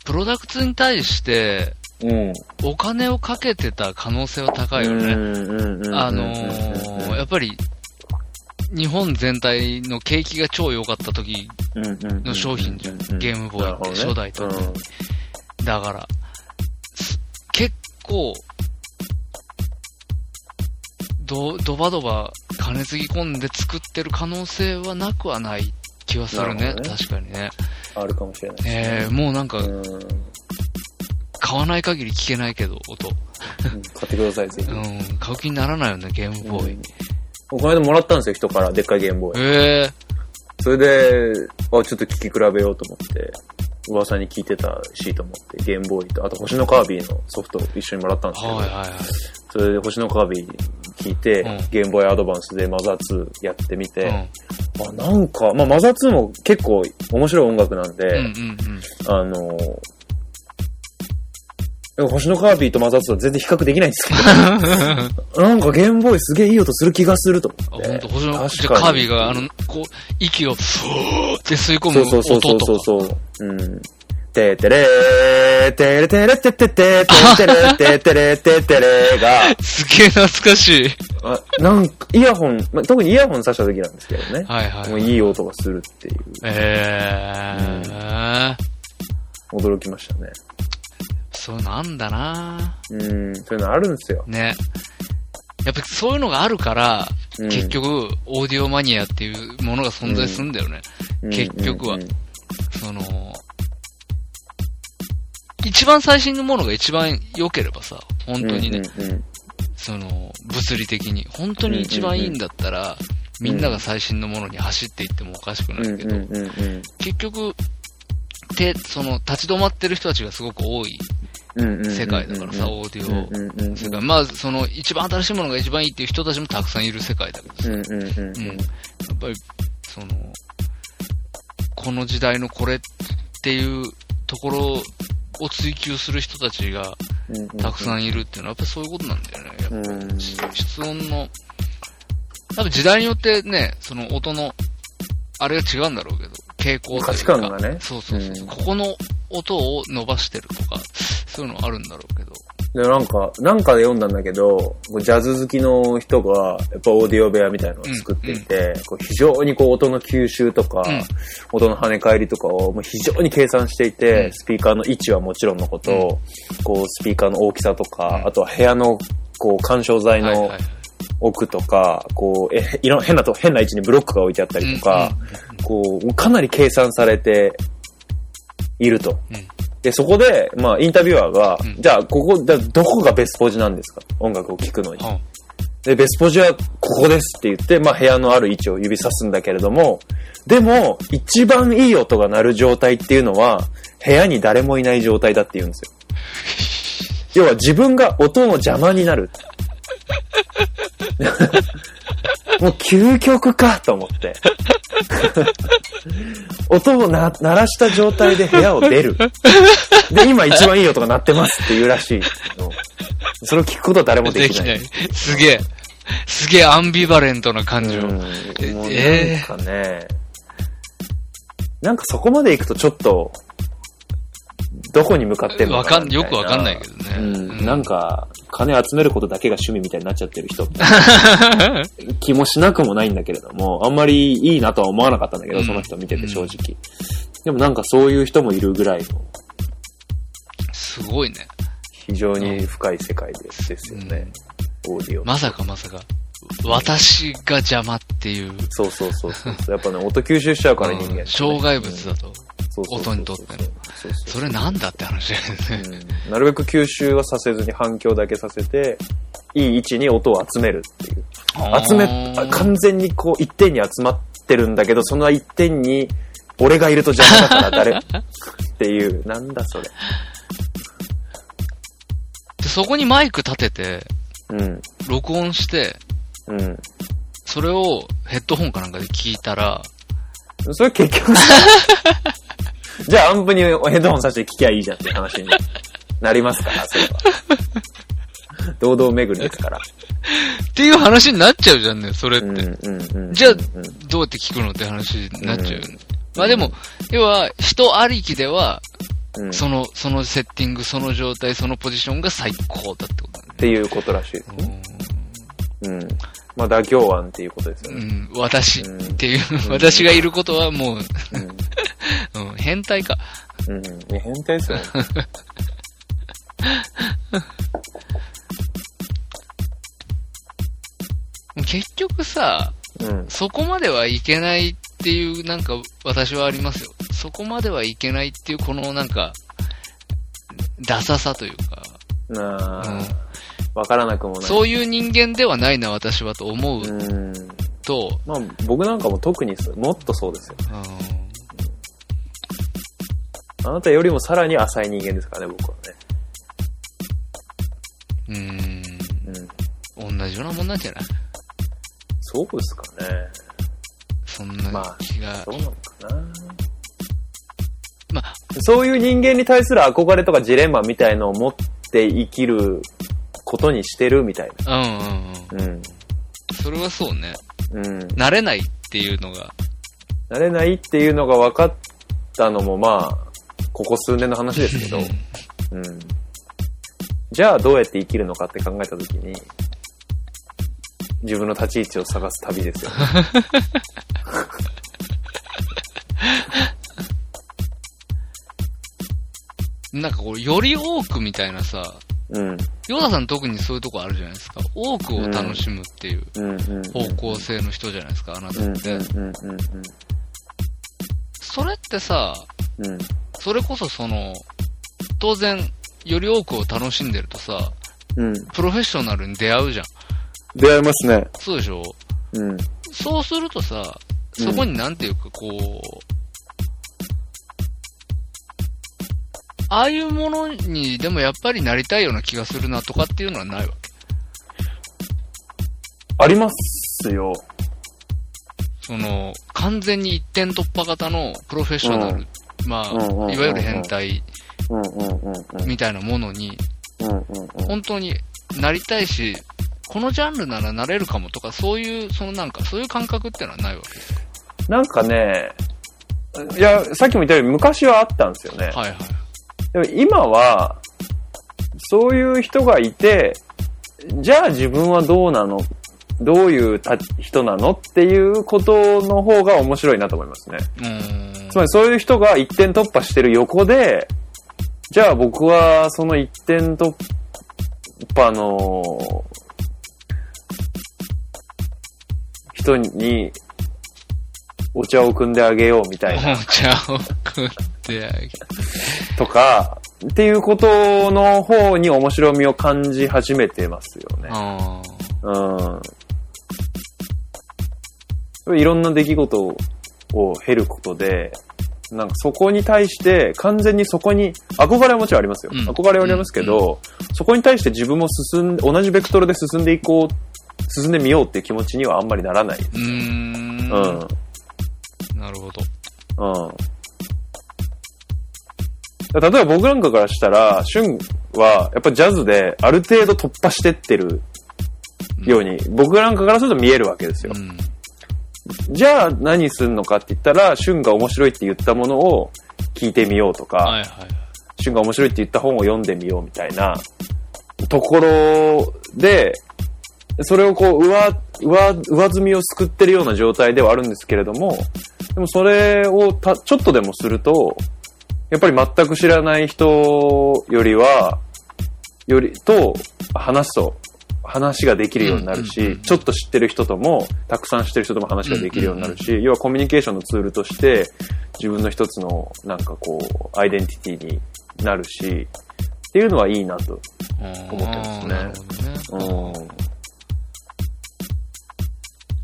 Speaker 3: プロダクツに対して、
Speaker 2: うん。
Speaker 3: お金をかけてた可能性は高いよね。
Speaker 2: ね
Speaker 3: あのー、やっぱり、日本全体の景気が超良かった時の商品じゃん。ゲームボーイって、初代と。だから、す結構、ど、ドバドバ金継ぎ込んで作ってる可能性はなくはない気はする
Speaker 2: なる
Speaker 3: ね。
Speaker 2: ほどね
Speaker 3: 確かにね。
Speaker 2: あるかもしれないです
Speaker 3: え
Speaker 2: ね
Speaker 3: ー、もうなんか、
Speaker 2: うん
Speaker 3: 買わない限り聞けないけど、音。
Speaker 2: 買ってください、ぜひ
Speaker 3: う。ん、買う気にならないよね、ゲームボーイ。
Speaker 2: お金でもらったんですよ、人から、でっかいゲームボーイ。
Speaker 3: えー、
Speaker 2: それで、あ、ちょっと聞き比べようと思って、噂に聞いてたしと思って、ゲームボーイと、あと星のカービィのソフトを一緒にもらったんですけど、
Speaker 3: はいはいはい。
Speaker 2: それで星のカービィ聞いて、
Speaker 3: うん
Speaker 2: ゲームボーイアドバンスでマザー2やってみて、
Speaker 3: うん
Speaker 2: あなんか、まあ、マザー2も結構面白い音楽なんで、
Speaker 3: うんうんうん。
Speaker 2: あのー、でも星のカービィとマザーズは全然比較できないんですけ ど、なんかゲームボーイすげえいい音する気がすると
Speaker 3: あ、
Speaker 2: 思
Speaker 3: ほ
Speaker 2: って。
Speaker 3: んと、星の、じ
Speaker 2: 確
Speaker 3: ゃあカ
Speaker 2: か
Speaker 3: ービ
Speaker 2: に
Speaker 3: ィが、あの、こう、息を、ふーって吸い込む
Speaker 2: そうそ
Speaker 3: 音
Speaker 2: うそうそうそう
Speaker 3: とか。
Speaker 2: そう。うん。ててれー、てれてれててて、てれてれてれててれが、
Speaker 3: すげえ懐かしい。
Speaker 2: あなんか、イヤホン、まあ、特にイヤホン挿した時なんですけどね。
Speaker 3: はいはい
Speaker 2: も
Speaker 3: は
Speaker 2: う
Speaker 3: い。
Speaker 2: いい音がするっていう、
Speaker 3: えー、
Speaker 2: 驚きましたね。
Speaker 3: そういうのあんだな
Speaker 2: うん、そういうのあるんですよ。
Speaker 3: ね。やっぱりそういうのがあるから、
Speaker 2: うん
Speaker 3: 結局、オーディオマニアっていうものが存在するんだよね。結局は
Speaker 2: うんうん
Speaker 3: その、一番最新のものが一番良ければさ、本当にね、
Speaker 2: うんうんうん
Speaker 3: その、物理的に、本当に一番いいんだったら、
Speaker 2: ん
Speaker 3: みんなが最新のものに走っていってもおかしくな
Speaker 2: う
Speaker 3: い
Speaker 2: ん
Speaker 3: け
Speaker 2: うん
Speaker 3: ど、
Speaker 2: うんうん。
Speaker 3: 結局、て、その、立ち止まってる人たちがすごく多い世
Speaker 2: 世
Speaker 3: 界だからさ、オーディオ。世界
Speaker 2: う
Speaker 3: まあ、その、一番新しいものが一番いいっていう人たちもたくさんいる世界だけどさ、
Speaker 2: んうんうんうん
Speaker 3: うん。やっぱり、その、この時代のこれっていうところを追求する人たちが
Speaker 2: うんうん
Speaker 3: たくさんいるっていうのは、やっぱりそういうことなんだよね。やっぱ
Speaker 2: うん
Speaker 3: 室温の、多分時代によってね、その音の、あれが違うんだろうけど、傾向というか
Speaker 2: 価値観がね
Speaker 3: そうそうそう。
Speaker 2: うん
Speaker 3: ここの音を伸ばしてるとか、そういうのあるんだろうけど。
Speaker 2: でなんか、なんかで読んだんだけど、ジャズ好きの人が、やっぱオーディオ部屋みたいなのを作っていて、こう非常にこう音の吸収とか、
Speaker 3: うん
Speaker 2: 音の跳ね返りとかをもう非常に計算していて、
Speaker 3: うん
Speaker 2: スピーカーの位置はもちろんのこと、こうスピーカーの大きさとか、
Speaker 3: うん
Speaker 2: あとは部屋のこう干渉材
Speaker 3: はい
Speaker 2: の
Speaker 3: はい。
Speaker 2: 奥とか、こう、え、いろん、変なと、変な位置にブロックが置いてあったりとか、こう、かなり計算されていると。
Speaker 3: うん
Speaker 2: で、そこで、まあ、インタビュアーが、
Speaker 3: うん
Speaker 2: じゃあ、ここ、だどこがベスポジなんですか音楽を聴くのに。
Speaker 3: はん
Speaker 2: で、ベスポジはここですって言って、まあ、部屋のある位置を指さすんだけれども、でも、一番いい音が鳴る状態っていうのは、部屋に誰もいない状態だって言うんですよ。要は自分が音の邪魔になる。 もう究極かと思って。 音をな鳴らした状態で部屋を出る。で、今一番いい音が鳴ってますって言うらしいの。それを聞くことは誰もで
Speaker 3: で
Speaker 2: き
Speaker 3: き
Speaker 2: な
Speaker 3: ないい。。すげえ。すげえアンビバレントな感情。
Speaker 2: うん、もう
Speaker 3: え
Speaker 2: なんかね、なんかそこまで行くとちょっと、どこに向かってんの
Speaker 3: わ
Speaker 2: か
Speaker 3: か、
Speaker 2: なんみたい
Speaker 3: よ
Speaker 2: な
Speaker 3: くわかんないけどね。
Speaker 2: うん、なんか、金集めることだけが趣味みたいになっちゃってる 人みたいな気もしなくもないんだけれども、あんまりいいなとは思わなかったんだけど、
Speaker 3: うん
Speaker 2: その人見てて正直。でもなんかそういう人もいるぐらいの、
Speaker 3: すごいね。
Speaker 2: 非常に深い世界ですですよね、オーディオ。
Speaker 3: まさかまさか。私が邪魔っていう。
Speaker 2: そうそうそうそうそう。やっぱね、音吸収しちゃうから人間、
Speaker 3: うん障害物だ
Speaker 2: そう
Speaker 3: と。
Speaker 2: そうそうそう
Speaker 3: 音にとっての
Speaker 2: そうそう
Speaker 3: それなんだって話だよね。
Speaker 2: うんなるべく吸収はさせずに反響だけさせて、いい位置に音を集めるっていう。集め
Speaker 3: あ、ー
Speaker 2: 完全にこう一点に集まってるんだけど、その一点に俺がいると邪魔だから 誰っていう、なんだそれ。
Speaker 3: でそこにマイク立てて、
Speaker 2: うん。
Speaker 3: 録音して、
Speaker 2: うん。
Speaker 3: それをヘッドホンかなんかで聞いたら、
Speaker 2: それ結 局さ、じゃあアンプにヘッドホンさせて聞きゃいいじゃんっていう話になりますから、それは。 堂々巡りですから。
Speaker 3: っていう話になっちゃうじゃんね、それっ
Speaker 2: う
Speaker 3: て。
Speaker 2: ん、うん、うん。
Speaker 3: じゃあ
Speaker 2: うん
Speaker 3: どうやって聞くのって話になっちゃうよね。まあでも、要は、人ありきでは、
Speaker 2: うん、うん。っ
Speaker 3: その、そのセッティング、その状態、そのポジションが最高だってことだね。
Speaker 2: ていうことらしいですね。うん。まあ、妥協案っていうことですよ
Speaker 3: う
Speaker 2: ね。
Speaker 3: ん、私っていう、 私がいることはもう、うん、変態か。
Speaker 2: うん。うん。いや変態ですよね。
Speaker 3: 結局さ、
Speaker 2: うん。
Speaker 3: そこまではいけないっていう、なんか、私はありますよ。そこまではいけないっていう、このなんか、ダサさというか、
Speaker 2: な
Speaker 3: う
Speaker 2: あ
Speaker 3: ん、
Speaker 2: わからなくもない。
Speaker 3: そういう人間ではないな、私はと思う
Speaker 2: うん。
Speaker 3: と、
Speaker 2: まあ、僕なんかも特にそう、もっとそうですよ。
Speaker 3: うん
Speaker 2: あなたよりもさらに浅い人間ですからね、僕はね。
Speaker 3: うー
Speaker 2: うん。
Speaker 3: ん、同じようなもんなんじゃない
Speaker 2: そうですかね。
Speaker 3: そんな気が
Speaker 2: そ。うなのかな。
Speaker 3: まあ、
Speaker 2: そういう人間に対する憧れとかジレンマみたいのを持って生きることにしてるみたい
Speaker 3: うんうんうん。
Speaker 2: な。うん。
Speaker 3: それはそうね。
Speaker 2: うん。
Speaker 3: 慣れないっていうのが。
Speaker 2: なれないっていうのが分かったのもまあ、ここ数年の話ですけど、うん。じゃあどうやって生きるのかって考えたときに、自分の立ち位置を探す旅 ですよ、ね。
Speaker 3: なんかこう、より多くみたいなさ、
Speaker 2: うん。
Speaker 3: ヨダさん特にそういうとこあるじゃないですか。多くを楽しむっていう
Speaker 2: うんうん。
Speaker 3: 方向性の人じゃないですか、あな
Speaker 2: う
Speaker 3: た
Speaker 2: ん。うん
Speaker 3: って。
Speaker 2: うんうん
Speaker 3: それってさ、
Speaker 2: うん。うん。
Speaker 3: それこそその、当然、より多くを楽しんでるとさ、
Speaker 2: うん。
Speaker 3: プロフェッショナルに出会うじゃん。
Speaker 2: 出会いますね。
Speaker 3: そうでしょ
Speaker 2: うん。
Speaker 3: そうするとさ、そこになんていうか、こう、ああいうものにでもやっぱりなりたいような気がするなとかっていうのはないわけ。
Speaker 2: ありますよ。
Speaker 3: その、完全に一点突破型のプロフェッショナル、まあ、
Speaker 2: うんうんうんうん
Speaker 3: いわゆる変態
Speaker 2: うんうんうんうん。
Speaker 3: みたいなものに、
Speaker 2: うんうんうん。
Speaker 3: 本当になりたいし、このジャンルならなれるかもとか、そういう、そのなんか、そういう感覚っていうのはないわけ。
Speaker 2: なんかね、いや、さっきも言ったように昔はあったんですよね。
Speaker 3: はいはい。
Speaker 2: でも今は、そういう人がいて、じゃあ自分はどうなのどういうた人なのっていうことの方が面白いなと思いますね。
Speaker 3: うーん。
Speaker 2: つまりそういう人が一点突破してる横で、じゃあ僕はその一点突破の人にお茶を汲んであげようみたいな。
Speaker 3: お茶を食ってあげる
Speaker 2: とか、っていうことの方に面白みを感じ始めてますよね。
Speaker 3: あー
Speaker 2: うん。いろんな出来事を経ることで、なんかそこに対して、完全にそこに、憧れはもちろんありますよ。
Speaker 3: うん
Speaker 2: 憧れはありますけど、そこに対して自分も進ん、同じベクトルで進んでいこう、進んでみようっていう気持ちにはあんまりならない。
Speaker 3: うー
Speaker 2: う
Speaker 3: ん。
Speaker 2: ん。
Speaker 3: なるほ
Speaker 2: う
Speaker 3: ど。
Speaker 2: ん。例えば僕なんかからしたら、シュンはやっぱジャズである程度突破してってるように、僕なんかからすると見えるわけですよ
Speaker 3: う。ん。
Speaker 2: じゃあ何すんのかって言ったら、旬が面白いって言ったものを聞いてみようとか、
Speaker 3: はいはい。
Speaker 2: 旬が面白いって言った本を読んでみようみたいなところで、それをこう、上、上、上積みをすくってるような状態ではあるんですけれども、でもそれをた、ちょっとでもすると、やっぱり全く知らない人よりは、より、と、話すと、話ができるようになる
Speaker 3: うんうんう
Speaker 2: し
Speaker 3: ん、
Speaker 2: ちょっと知ってる人とも、たくさん知ってる人とも話ができるようになるし、要はコミュニケーションのツールとして、自分の一つの、なんかこう、アイデンティティになるし、っていうのはいいなと。思ってますね
Speaker 3: あーなるほどね。
Speaker 2: うん。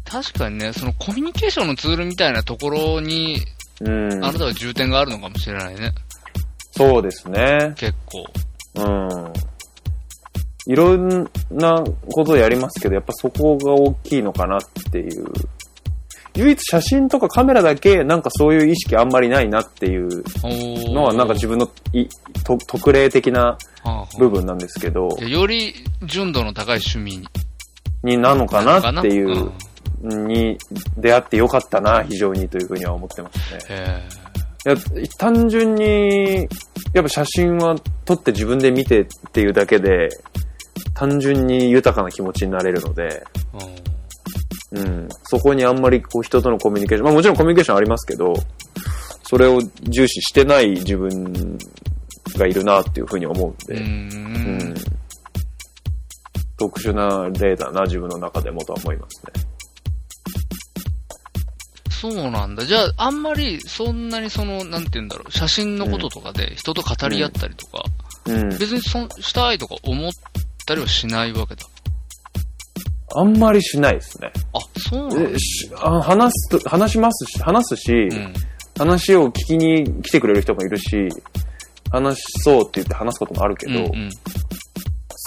Speaker 3: 確かにね、そのコミュニケーションのツールみたいなところに、
Speaker 2: うん。
Speaker 3: あなたは重点があるのかもしれないね。
Speaker 2: そうですね。
Speaker 3: 結構。
Speaker 2: うん。いろんなことやりますけど、やっぱそこが大きいのかなっていう。唯一写真とかカメラだけなんかそういう意識あんまりないなっていう
Speaker 3: おー
Speaker 2: のはなんか自分のいと特例的な
Speaker 3: はあはあ
Speaker 2: 部分なんですけど、
Speaker 3: じゃあより純度の高い趣味に
Speaker 2: になのか
Speaker 3: なるの
Speaker 2: なっていう、に出会ってよかったな、非常にというふうには思ってますね。
Speaker 3: え
Speaker 2: いや単純に、やっぱ写真は撮って自分で見てっていうだけで、単純に豊かな気持ちになれるので、
Speaker 3: えうん
Speaker 2: うん、そこにあんまりこう人とのコミュニケーション、まあもちろんコミュニケーションありますけど、それを重視してない自分がいるなっていうふうに思うん
Speaker 3: う
Speaker 2: で、
Speaker 3: ん
Speaker 2: うん特殊な例だな、自分の中でもとは思いますね。
Speaker 3: そうなんだ。じゃあ、あんまり、そんなにその、なんて言うんだろう、写真のこととかで人と語り合ったりとか、
Speaker 2: うん。
Speaker 3: 別にそんしたいとか思ったりはしないわけだ。
Speaker 2: あんまりしないですね。
Speaker 3: あ、そうなんだ。
Speaker 2: えしあ話すと、話しますし、話すし、
Speaker 3: うん。
Speaker 2: 話を聞きに来てくれる人もいるし、話そうって言って話すこともあるけど、
Speaker 3: うんうん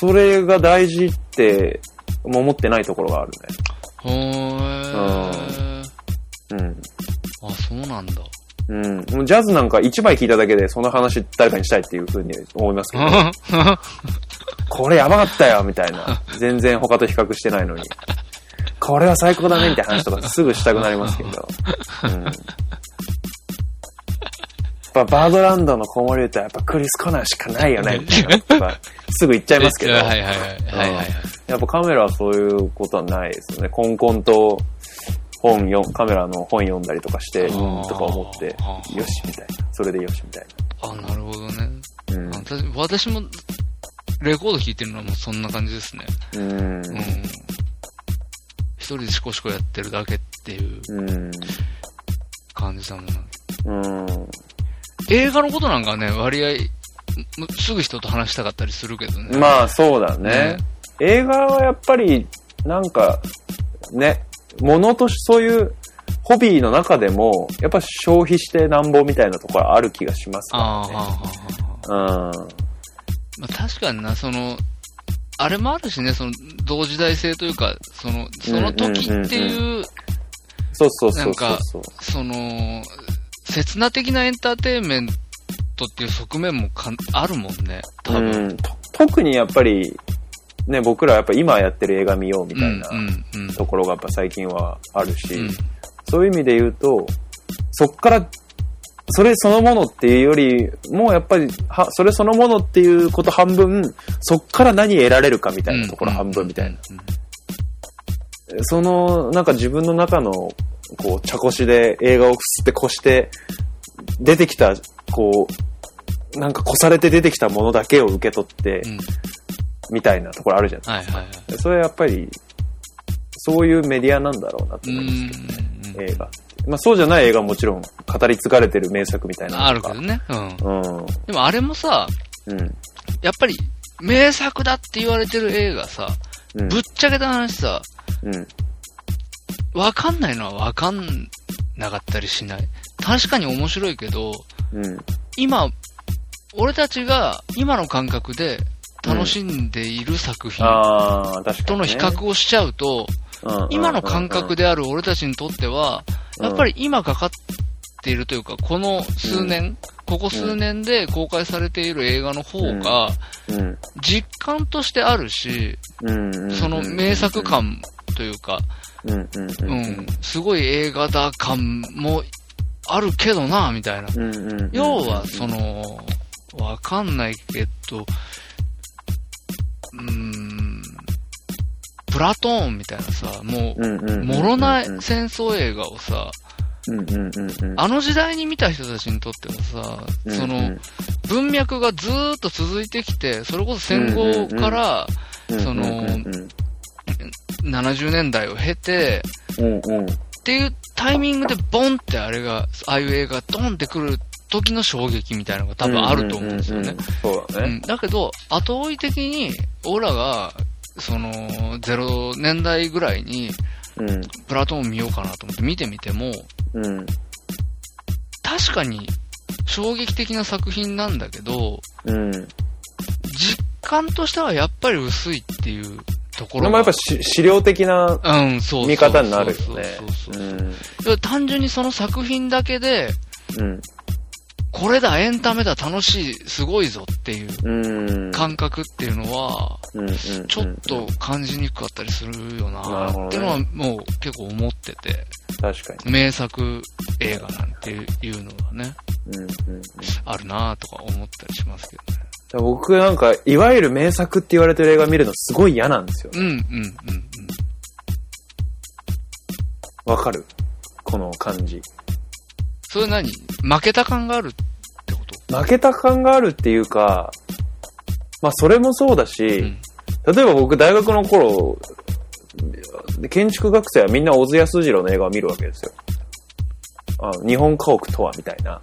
Speaker 2: それが大事って思ってないところがある
Speaker 3: へー。
Speaker 2: ね。
Speaker 3: あ、そうなんだ。
Speaker 2: うん。うん。もうジャズなんか一枚聞いただけでその話誰かにしたいっていう風に思いますけど、これやばかったよみたいな。全然他と比較してないのに。これは最高だねみたいな話とかすぐしたくなりますけど。うん。やっぱバードランドの子守歌はやっぱクリス・コナーしかないよねみたいな。やっぱすぐ言っちゃいますけど。
Speaker 3: はいはいはい。はいはいはい。
Speaker 2: やっぱカメラはそういうことはないですね。コンコンと本よ、カメラの本読んだりとかして、うん
Speaker 3: あー
Speaker 2: とか思って
Speaker 3: あ、ー
Speaker 2: よし、みたいな。それでよし、みたい
Speaker 3: あ、なるほどね。
Speaker 2: な。うん。
Speaker 3: 私私も、レコード聴いてるのはもうそんな感じですね。
Speaker 2: うん
Speaker 3: うん。一人でシコシコやってるだけっていう
Speaker 2: うん。
Speaker 3: 感じだもんな。
Speaker 2: うん。
Speaker 3: 映画のことなんかね、割合、むすぐ人と話したかったりするけどね。
Speaker 2: まあ、そうだね
Speaker 3: ね。
Speaker 2: 映画はやっぱり、なんか、ね、ものとし、そういう、ホビーの中でも、やっぱ消費してなんぼみたいなところある気がします
Speaker 3: ああ、はあ、は
Speaker 2: か
Speaker 3: あ、はあ。
Speaker 2: らね。
Speaker 3: まあ、確かにな、その、あれもあるしね、その、同時代性というか、その、その時ってい
Speaker 2: う
Speaker 3: う、
Speaker 2: うん。そうそうそうそうそう。
Speaker 3: その、刹那的なエンターテインメントっていう側面もかんあるもんね、多分。
Speaker 2: うん、と特にやっぱり、ね、僕らはやっぱ今やってる映画見ようみ
Speaker 3: うん、う
Speaker 2: たい
Speaker 3: ん
Speaker 2: な、
Speaker 3: うん、
Speaker 2: ところがやっぱ最近はあるし、
Speaker 3: うん。
Speaker 2: そういう意味で言うと、そっから、それそのものっていうよりも、やっぱりは、それそのものっていうこと半分、そっから何得られるかみたいなところ半分みたいな。
Speaker 3: うん。
Speaker 2: その、なんか自分の中の、こう、茶こしで映画をくすってこして、出てきた、こう、なんかこされて出てきたものだけを受け取って
Speaker 3: う、んうん
Speaker 2: みたいなところあるじゃん。
Speaker 3: はいはいはい。
Speaker 2: それはやっぱり、そういうメディアなんだろうなと
Speaker 3: うん
Speaker 2: 思いますけ
Speaker 3: うん
Speaker 2: ど、
Speaker 3: うん。
Speaker 2: 映画って。まあそうじゃない映画ももちろん語り継がれてる名作みたいな
Speaker 3: あ
Speaker 2: の
Speaker 3: る
Speaker 2: と
Speaker 3: け
Speaker 2: か
Speaker 3: どね。うん。
Speaker 2: うん。
Speaker 3: でもあれもさ、
Speaker 2: うん。
Speaker 3: やっぱり、名作だって言われてる映画さ、
Speaker 2: うん。
Speaker 3: ぶっちゃけた話さ、
Speaker 2: うん。
Speaker 3: わかんないのはわかんなかったりしない。確かに面白いけど、
Speaker 2: うん。
Speaker 3: 今、俺たちが今の感覚で楽しんでいる作品
Speaker 2: ああ、確か
Speaker 3: と
Speaker 2: に、
Speaker 3: の
Speaker 2: ね。
Speaker 3: 比較をしちゃうと、
Speaker 2: うん、
Speaker 3: 今の感覚
Speaker 2: で、
Speaker 3: である俺たちにとっては、
Speaker 2: うん
Speaker 3: やっぱり今かかっっているというか、この数年、ここ数年で公開されている映画の方が、
Speaker 2: うん。
Speaker 3: 実感としてあるし、
Speaker 2: うんうん。
Speaker 3: その名作。感というか、
Speaker 2: うんうんう。
Speaker 3: うんん、すごい映画だ感もあるけどな、みたいな。
Speaker 2: うんうんうん。
Speaker 3: 要は、その、わかんないけど、うーん、プラトーンみたいなさ、も
Speaker 2: うんうんうんうん
Speaker 3: う、
Speaker 2: うん、
Speaker 3: もろない
Speaker 2: うん
Speaker 3: 戦争映画をさ、
Speaker 2: うんうんうんうん。
Speaker 3: あの時代に見た人たちにとってもさ、そ
Speaker 2: うんうん
Speaker 3: の、文脈がずーっと続いてきて、それこそ戦後から
Speaker 2: うん
Speaker 3: その
Speaker 2: うん
Speaker 3: 70年代を経て、
Speaker 2: うんうん。
Speaker 3: っていうタイミングでボンってあれが、ああいう映画ドンってくる時の衝撃みたいなのが多分あると思うんですよね。。
Speaker 2: そうだ
Speaker 3: う
Speaker 2: ね
Speaker 3: ん。だけど、後追い的に、オラが、その、0年代ぐらいに、
Speaker 2: うん。
Speaker 3: プラトーン見ようかなと思って見てみても、
Speaker 2: うん。
Speaker 3: 確かに衝撃的な作品なんだけど、
Speaker 2: うん。
Speaker 3: 実感としてはやっぱり薄いっていうとこ
Speaker 2: これ
Speaker 3: ろ
Speaker 2: もやっぱ
Speaker 3: っ
Speaker 2: し資料的な
Speaker 3: ぱ、うん、そうそうそう
Speaker 2: 見方になるよね
Speaker 3: そうそうそう。
Speaker 2: うん
Speaker 3: いや単純にその作品だけで、
Speaker 2: うん。
Speaker 3: これだ、エンタメだ、楽しい、すごいぞっていう
Speaker 2: うん。
Speaker 3: 感覚っていうのは、
Speaker 2: うんうん
Speaker 3: ちょっと感じにくかったりするよ
Speaker 2: なる
Speaker 3: な
Speaker 2: ほどね
Speaker 3: っていうのはもう結構思ってて、
Speaker 2: 確かに。
Speaker 3: 名作映画なんていうのはね、
Speaker 2: うんうんうん
Speaker 3: あるなとか思ったりしますけ
Speaker 2: 僕なんか、いわゆる名作って言われてる映画見るのすごい嫌なんですよ。
Speaker 3: どね。うんうんうんうん。
Speaker 2: わかるこの感じ。
Speaker 3: それ何負けた感があるってこと
Speaker 2: 負けた感があるっていうか、まあそれもそうだし、
Speaker 3: うん。
Speaker 2: 例えば僕大学の頃、建築学生はみんな小津安二郎の映画を見るわけですよ。あ日本家屋とはみたいな。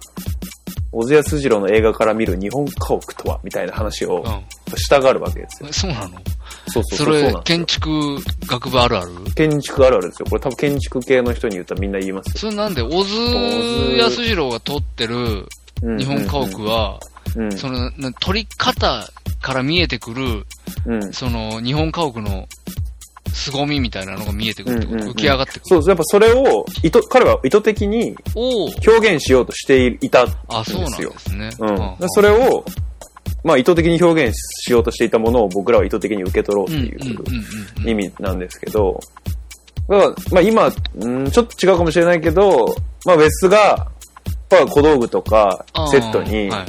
Speaker 2: 小津安二郎の映画から見る日本家屋とはみたいな話をしたがるわけですよ。
Speaker 3: うん。そうなの
Speaker 2: そうそう
Speaker 3: そ
Speaker 2: そうそうな
Speaker 3: れ
Speaker 2: ん、ですよ
Speaker 3: 建築学部あるある
Speaker 2: 建築あるあるですよ。これ多分建築系の人に言ったらみんな言いますよ。
Speaker 3: それなんで、小津安二郎が撮ってる
Speaker 2: うん
Speaker 3: 日本家屋は、
Speaker 2: うん
Speaker 3: その、な撮り方から見えてくる
Speaker 2: うん
Speaker 3: その、日本家屋の凄みみたいなのが見えてくるってこと、
Speaker 2: うんうんうん
Speaker 3: 浮き上がってくる。
Speaker 2: そうです。やっぱそれを意図、彼は意図的に
Speaker 3: おお
Speaker 2: 表現しようとしていた。
Speaker 3: あ、そうなんですね。
Speaker 2: うん。だ
Speaker 3: は
Speaker 2: か
Speaker 3: あ
Speaker 2: らそれを、まあ意図的に表現しようとしていたものを僕らは意図的に受け取ろうっ
Speaker 3: う
Speaker 2: て
Speaker 3: ん
Speaker 2: いう
Speaker 3: うんうんうん
Speaker 2: 意味なんですけど、だからまあ今、うんちょっと違うかもしれないけど、まあウェスが、やっぱ小道具とか
Speaker 3: あー
Speaker 2: セットに
Speaker 3: はい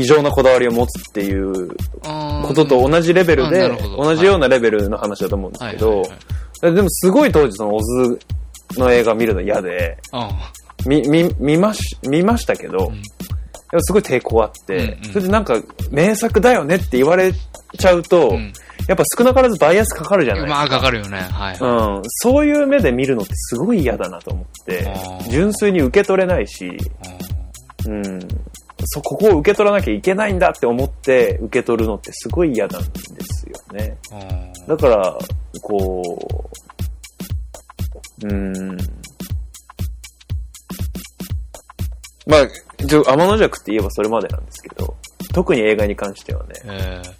Speaker 2: 異常なこだわりを持つっていう
Speaker 3: あー
Speaker 2: ことと同じレベル
Speaker 3: あ
Speaker 2: で、
Speaker 3: なるほど
Speaker 2: 同じようなレベルの話だと思うんです
Speaker 3: はい
Speaker 2: け
Speaker 3: はい
Speaker 2: ど
Speaker 3: はい、
Speaker 2: でもすごい当時そのオズの映画見るの嫌で、
Speaker 3: あ
Speaker 2: み、み、見まし、見ましたけど、
Speaker 3: うん
Speaker 2: やっぱすごい抵抗あって、
Speaker 3: うんうん
Speaker 2: それでなんか名作だよねって言われちゃうと、
Speaker 3: ーうん。
Speaker 2: やっぱ少なからずバイアスかかるじゃないです
Speaker 3: ま
Speaker 2: か。
Speaker 3: あ、かかるよね。はい。
Speaker 2: うん、そういう目で見るのってすごい嫌だなと思って
Speaker 3: あー、
Speaker 2: 純粋に受け取れないし、うん、そ、ここを受け取らなきゃいけないんだって思って受け取るのってすごい嫌なんですよね。
Speaker 3: あー
Speaker 2: だから、こう、うーん。まあ、ちょ、天の弱って言えばそれまでなんですけど、特に映画に関してはね。
Speaker 3: えー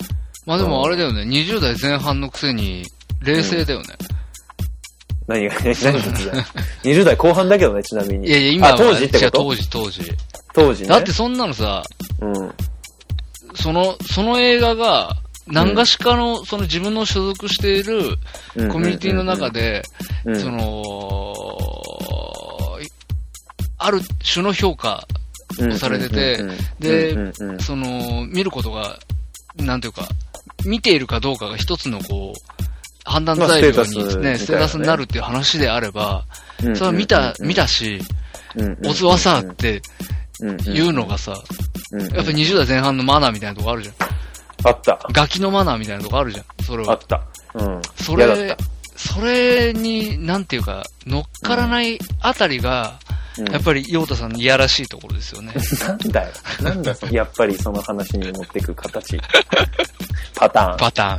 Speaker 3: まあでもあれだよね、20代前半のくせに、冷静だよね。
Speaker 2: 何が、何が突然。20代後半だけどね、ちなみに。
Speaker 3: いやいや、今は、
Speaker 2: あ、当時って
Speaker 3: 違
Speaker 2: こ
Speaker 3: う
Speaker 2: と
Speaker 3: 当時、当時。
Speaker 2: 当時ね。
Speaker 3: だってそんなのさ、
Speaker 2: うん。
Speaker 3: その、その映画が、何がしかの、その自分の所属しているコミュニティの中で、
Speaker 2: うん、
Speaker 3: その、ある種の評価、
Speaker 2: うん、
Speaker 3: されてて
Speaker 2: うんうんうんうん、
Speaker 3: で
Speaker 2: うんうんうん
Speaker 3: その、見ることが、なんていうか、見ているかどうかが一つのこう、判断材料
Speaker 2: まあステータス
Speaker 3: に
Speaker 2: みたいな
Speaker 3: ね、
Speaker 2: ね
Speaker 3: ステータスになるっていう話であれば、それは見た、見、たし、
Speaker 2: うんうんうん
Speaker 3: オズはさ、って
Speaker 2: 言
Speaker 3: いうの、がさ、
Speaker 2: うんうんうん
Speaker 3: やっぱ20代前半のマナーみたいなとこあるじゃん。
Speaker 2: あった。
Speaker 3: ガキのマナーみたいなとこあるじゃん。それ
Speaker 2: あ
Speaker 3: は
Speaker 2: っ。た。うん。
Speaker 3: そ
Speaker 2: 嫌だ
Speaker 3: れ
Speaker 2: っ、
Speaker 3: それに、なんていうか、乗っからないあたりが、
Speaker 2: たうん
Speaker 3: やっぱり、ヨータさんのいやらしいところですよね。
Speaker 2: なんだよ。なんだそのやっぱりその話に持っていく形。 パタ
Speaker 3: パタ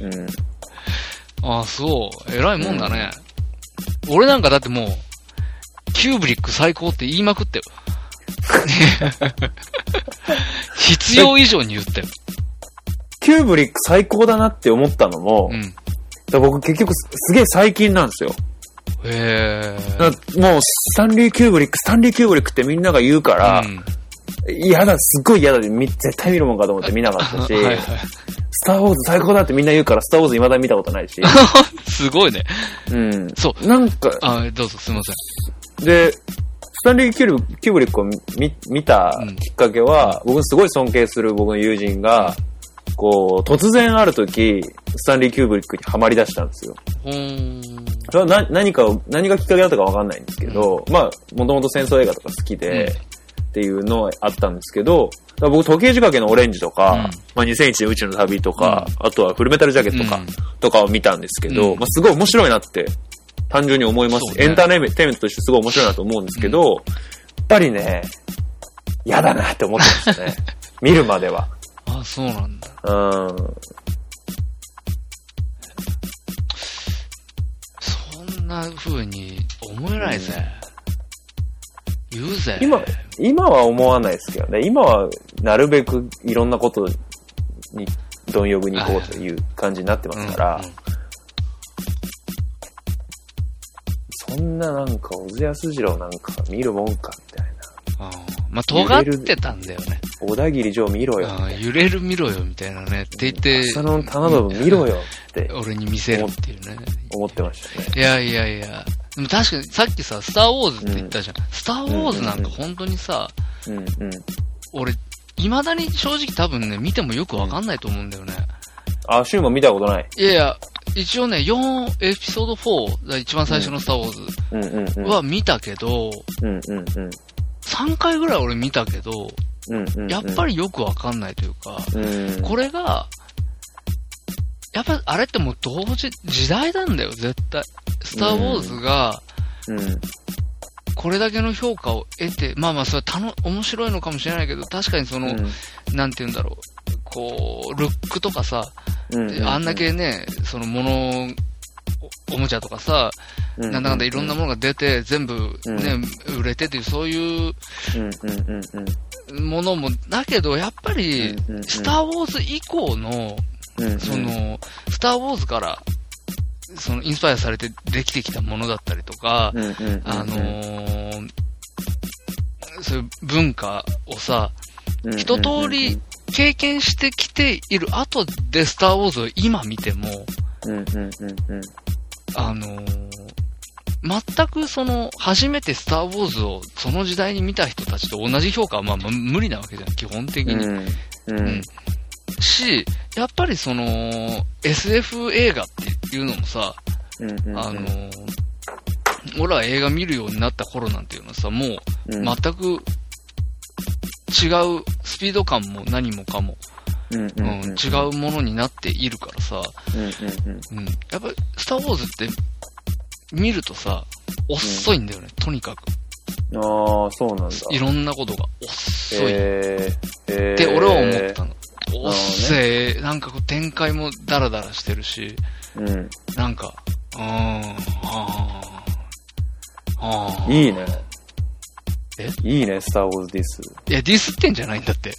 Speaker 3: ーン。
Speaker 2: ーン。うん。
Speaker 3: ああ、そう。偉いもんだね。俺なんかだってもう、キューブリック最高って言いまく ってよ。必要以上に言ったよ。
Speaker 2: キューブリック最高だなって思ったのも、
Speaker 3: うん。
Speaker 2: だから僕結局すすげえ最近なんですよ。
Speaker 3: へ
Speaker 2: だもう、スタンリー・キューブリック、スタンリー・キューブリックってみんなが言うから、
Speaker 3: うん
Speaker 2: 嫌、だ、すっごい嫌だで、み 絶対見るもんかと思って見なかったし、
Speaker 3: はいはい。
Speaker 2: スター・ウォーズ最高だってみんな言うから、スター・ウォーズ未だに見たこと ないし、
Speaker 3: すごいね。
Speaker 2: うん。
Speaker 3: そう。
Speaker 2: なんか、
Speaker 3: あ、どうぞすいません。
Speaker 2: で、スタンリー・キューブキューブリックを見見たきっかけは、僕すごい尊敬する僕の友人が、こう、突然ある時、スタンリー・キューブリックにはまり出したんですよ。
Speaker 3: ほーん。
Speaker 2: それはな何かを、何がきっかけだったかわかんないんですけど、まあ、もともと戦争映画とか好きで、っていうのはあったんですけど、だから僕、時計仕掛けのオレンジとか、
Speaker 3: うん
Speaker 2: まあ、2001年宇宙の旅とか、あとはフルメタルジャケットとか、
Speaker 3: うん
Speaker 2: とかを見たんですけど、
Speaker 3: うん
Speaker 2: まあ、すごい面白いなって、単純に思います
Speaker 3: そ
Speaker 2: し、
Speaker 3: うね
Speaker 2: エンターテイメントとしてすごい面白いなと思うんですけど、やっぱりね、嫌だなって思ってま したね。見るまでは。
Speaker 3: あ、そうなんだ。
Speaker 2: うん。
Speaker 3: そんな風に思えないぜ。言うぜ。
Speaker 2: 今、今は思わないですけどね。今は、なるべくいろんなことに、貪欲に行こうという感じになってますから、そんななんか、小津安二郎なんか見るもんか、みたいな。
Speaker 3: あーまあ、尖ってたんだよね。
Speaker 2: 小田切城見ろよ。
Speaker 3: あー揺れる見ろよ、みたいなね。って言って、
Speaker 2: 浅野忠信見ろよって
Speaker 3: 俺に見せるっていうね。
Speaker 2: 思ってましたね。
Speaker 3: いやいやいや。でも確かにさっきさ、スターウォーズって言ったじゃん。スターウォーズなんか本当にさ、
Speaker 2: うんうん。
Speaker 3: 俺、未だに正直多分ね、見てもよくわかんないと思うんだよね。
Speaker 2: あ、シューも見たことない。
Speaker 3: いやいや、一応ね、4、エピソード4、が一番最初のスターウォーズ
Speaker 2: うんうんうん。
Speaker 3: は見たけど、
Speaker 2: うんうんうん。
Speaker 3: 3回ぐらい俺見たけど、
Speaker 2: うんうんうん。
Speaker 3: やっぱりよくわかんないというか、
Speaker 2: うん、
Speaker 3: これが、やっぱあれってもう同時、時代なんだよ、絶対。スター・ウォーズが、
Speaker 2: うん。
Speaker 3: これだけの評価を得て、まあまあ、それは楽面白いのかもしれないけど、確かにその、なんて言うんだろう、こう、ルックとかさ、
Speaker 2: うんう
Speaker 3: あんだ、けね、その物、おおもちゃとかさ、
Speaker 2: う
Speaker 3: なんだかんだいろんなものが出て、全部ね、売れてっていう、そういう
Speaker 2: うんうんうんうん。
Speaker 3: ものも、だけど、やっぱり、
Speaker 2: うんうんうん
Speaker 3: スター・ウォーズ以降の、
Speaker 2: うんうん
Speaker 3: その、スター・ウォーズから、その、インスパイアされてできてきたものだったりとか、
Speaker 2: うんうんうん、
Speaker 3: あのーそういう文化をさ、一通り経験してきている後でスター・ウォーズを今見ても、
Speaker 2: うんうんうんうん
Speaker 3: あのー全くその、初めてスター・ウォーズをその時代に見た人たちと同じ評価はまあまあ無理なわけじゃん、基本的に。
Speaker 2: うんう
Speaker 3: うんんし、やっぱりその、SF 映画っていうのもさ、
Speaker 2: うんうん
Speaker 3: あのー、俺ら映画見るようになった頃なんていうのはさ、もう
Speaker 2: うん
Speaker 3: 全く違うスピード感も何もかも、
Speaker 2: うん
Speaker 3: う
Speaker 2: うんんうん
Speaker 3: 違うものになっているからさ、
Speaker 2: うんうんうん
Speaker 3: うん、やっぱりスター・ウォーズって見るとさ、遅いんだよね、とにかく。
Speaker 2: ああそうなんだ
Speaker 3: いろんなことが遅い。
Speaker 2: えーえー
Speaker 3: って俺は思ったの。おっ
Speaker 2: ほど
Speaker 3: せー、なんかこう展開もダラダラしてるし、
Speaker 2: うん
Speaker 3: なんか、うーん、あーあー。
Speaker 2: いいね
Speaker 3: え
Speaker 2: いいねスター・ウォーズ・ディス
Speaker 3: いや、ディスってんじゃないんだ って。
Speaker 2: い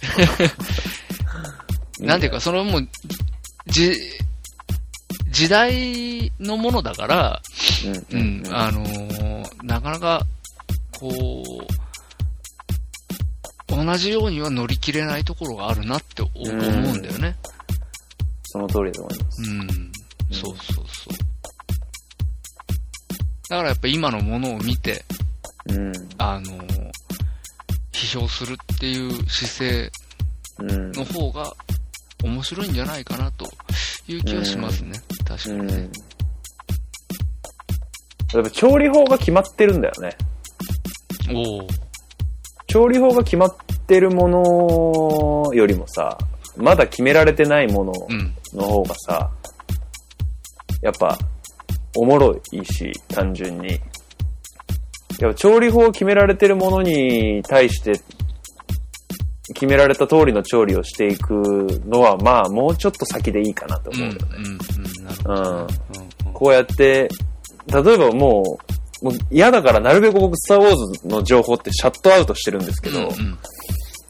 Speaker 2: ね
Speaker 3: なんていうか、それはもう、じ、時代のものだから、
Speaker 2: う
Speaker 3: うんん、あのーなかなか、こう、同じようには乗り切れないところがあるなって思
Speaker 2: うん
Speaker 3: うんだよね。
Speaker 2: その通りだと思います
Speaker 3: うん、そうそうそう。だからやっぱ今のものを見て、
Speaker 2: うん
Speaker 3: あのー批評するっていう姿勢
Speaker 2: うん
Speaker 3: の方が面白いんじゃないかなという気はしますね。確か
Speaker 2: う
Speaker 3: に
Speaker 2: ん
Speaker 3: ね。
Speaker 2: やっぱ調理法が決まってるんだよね
Speaker 3: おお。
Speaker 2: 調理法が決まってるものよりもさまだ決められてないもの
Speaker 3: うん。
Speaker 2: の方がさ、やっぱ、おもろいし、単純に。やっぱ調理法を決められてるものに対して、決められた通りの調理をしていくのは、まあ、もうちょっと先でいいかなと
Speaker 3: うん。うん。
Speaker 2: 思うよね。
Speaker 3: うん。なるほどね。うん。
Speaker 2: こうやって、例えばもう、もう嫌だからなるべく僕、スター・ウォーズの情報ってシャットアウトしてるんですけど、
Speaker 3: うん。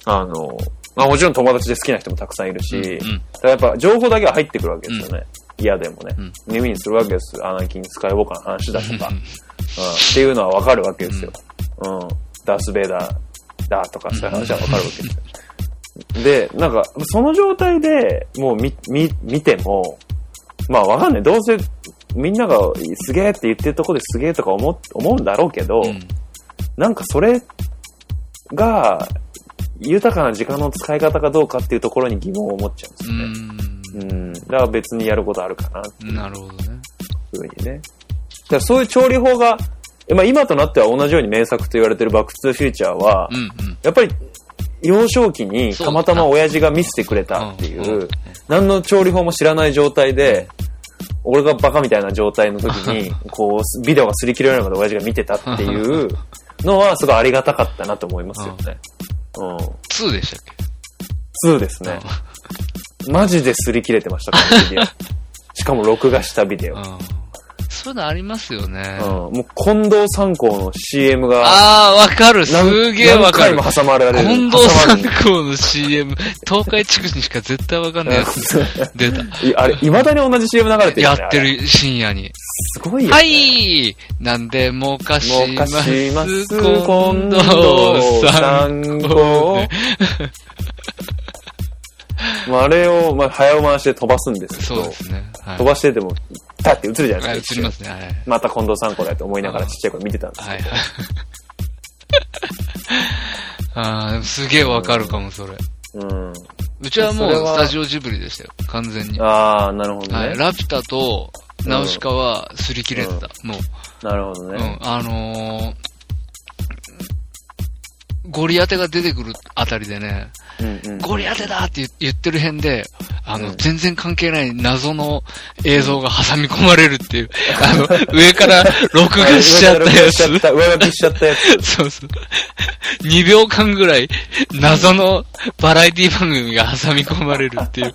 Speaker 2: あの、まあもちろん友達で好きな人もたくさんいるし、
Speaker 3: うん。
Speaker 2: だからやっぱ情報だけは入ってくるわけですよね。嫌でもね、
Speaker 3: うん
Speaker 2: 耳にするわけです。アナキン・スカイウォーカーの話だと か、うん、っていうのはわかるわけですよ。うん。ダース・ベイダーだとか、そういう話はわかるわけですよ。で、なんか、その状態でもう見、見、見ても、まあわかんない。どうせ、みんながすげえって言ってるとこですげえとか思っ、思うんだろうけど、
Speaker 3: うん
Speaker 2: なんかそれが、豊かな時間の使い方かどうかっていうところに疑問を持っちゃ
Speaker 3: う
Speaker 2: うんで
Speaker 3: ー
Speaker 2: すよね。うん。だから別にやることあるかなってい
Speaker 3: ん。なるほどね。
Speaker 2: うふうにね。だからそういう調理法が、まあ今となっては同じように名作と言われてるバックトゥーフューチャーは、
Speaker 3: うんうん。
Speaker 2: やっぱり幼少期に
Speaker 3: そう
Speaker 2: たまたま親父が見せてくれたってい
Speaker 3: うんうんう、
Speaker 2: うん何の調理法も知らない状態で、俺がバカみたいな状態の時に、こう、ビデオが擦り切れるまで親父が見てたっていうのは、すごいありがたかったなと思いますよね。う
Speaker 3: 2でしたっ
Speaker 2: ん。2です
Speaker 3: け
Speaker 2: ね。マジで擦り切れてましたから、 ビデオ。しかも録画したビデオ。
Speaker 3: う
Speaker 2: うん
Speaker 3: ん。そういうのありますよね。
Speaker 2: もう近藤三光の CM が
Speaker 3: あー、わかる。す
Speaker 2: 何
Speaker 3: げえわかる
Speaker 2: 何。回も挟まれられる。
Speaker 3: 近藤
Speaker 2: 挟ま
Speaker 3: 三
Speaker 2: る
Speaker 3: 光の CM、東海地区にしか絶対わかんないやつ出た。
Speaker 2: い あれ、未だに同じ CM 流れてる
Speaker 3: や
Speaker 2: よね。
Speaker 3: って
Speaker 2: あれ。
Speaker 3: る深夜に。
Speaker 2: すごいよね。
Speaker 3: はいなんでもかし
Speaker 2: もか
Speaker 3: ます、
Speaker 2: しま
Speaker 3: 近
Speaker 2: す、
Speaker 3: 藤
Speaker 2: 近藤
Speaker 3: さん。
Speaker 2: 三光。まあ、あれを、まあ、早回しで飛ばすんですけ
Speaker 3: そう
Speaker 2: ど、
Speaker 3: ですね。はい
Speaker 2: 飛ばしてても、だって映るじゃない
Speaker 3: はい、
Speaker 2: で
Speaker 3: 映
Speaker 2: す
Speaker 3: り
Speaker 2: か。
Speaker 3: ますね。はい。
Speaker 2: また近藤三光だと思いながらちっちゃい頃見てたんです
Speaker 3: は
Speaker 2: け
Speaker 3: い
Speaker 2: ど、
Speaker 3: はい。 あーでもすげえわかるかも、それ。
Speaker 2: うん。
Speaker 3: うちはもう
Speaker 2: それは
Speaker 3: スタジオジブリでしたよ、完全に。は
Speaker 2: ああ、なるほどね
Speaker 3: い、。ラピュタとナウシカは擦り切れてた、も
Speaker 2: なるほど
Speaker 3: う。
Speaker 2: ね
Speaker 3: うん。、あのー、ゴリアテが出てくるあたりでね、
Speaker 2: うんうん。
Speaker 3: ゴリアテだって言言ってる辺で、あの、
Speaker 2: うん
Speaker 3: 全然関係ない謎の映像が挟み込まれるっていう、あの、上から録画しちゃったやつ。
Speaker 2: 上書きしちゃったやつ。
Speaker 3: そうそう。2秒間ぐらい、謎のバラエティ番組が挟み込まれるっていう。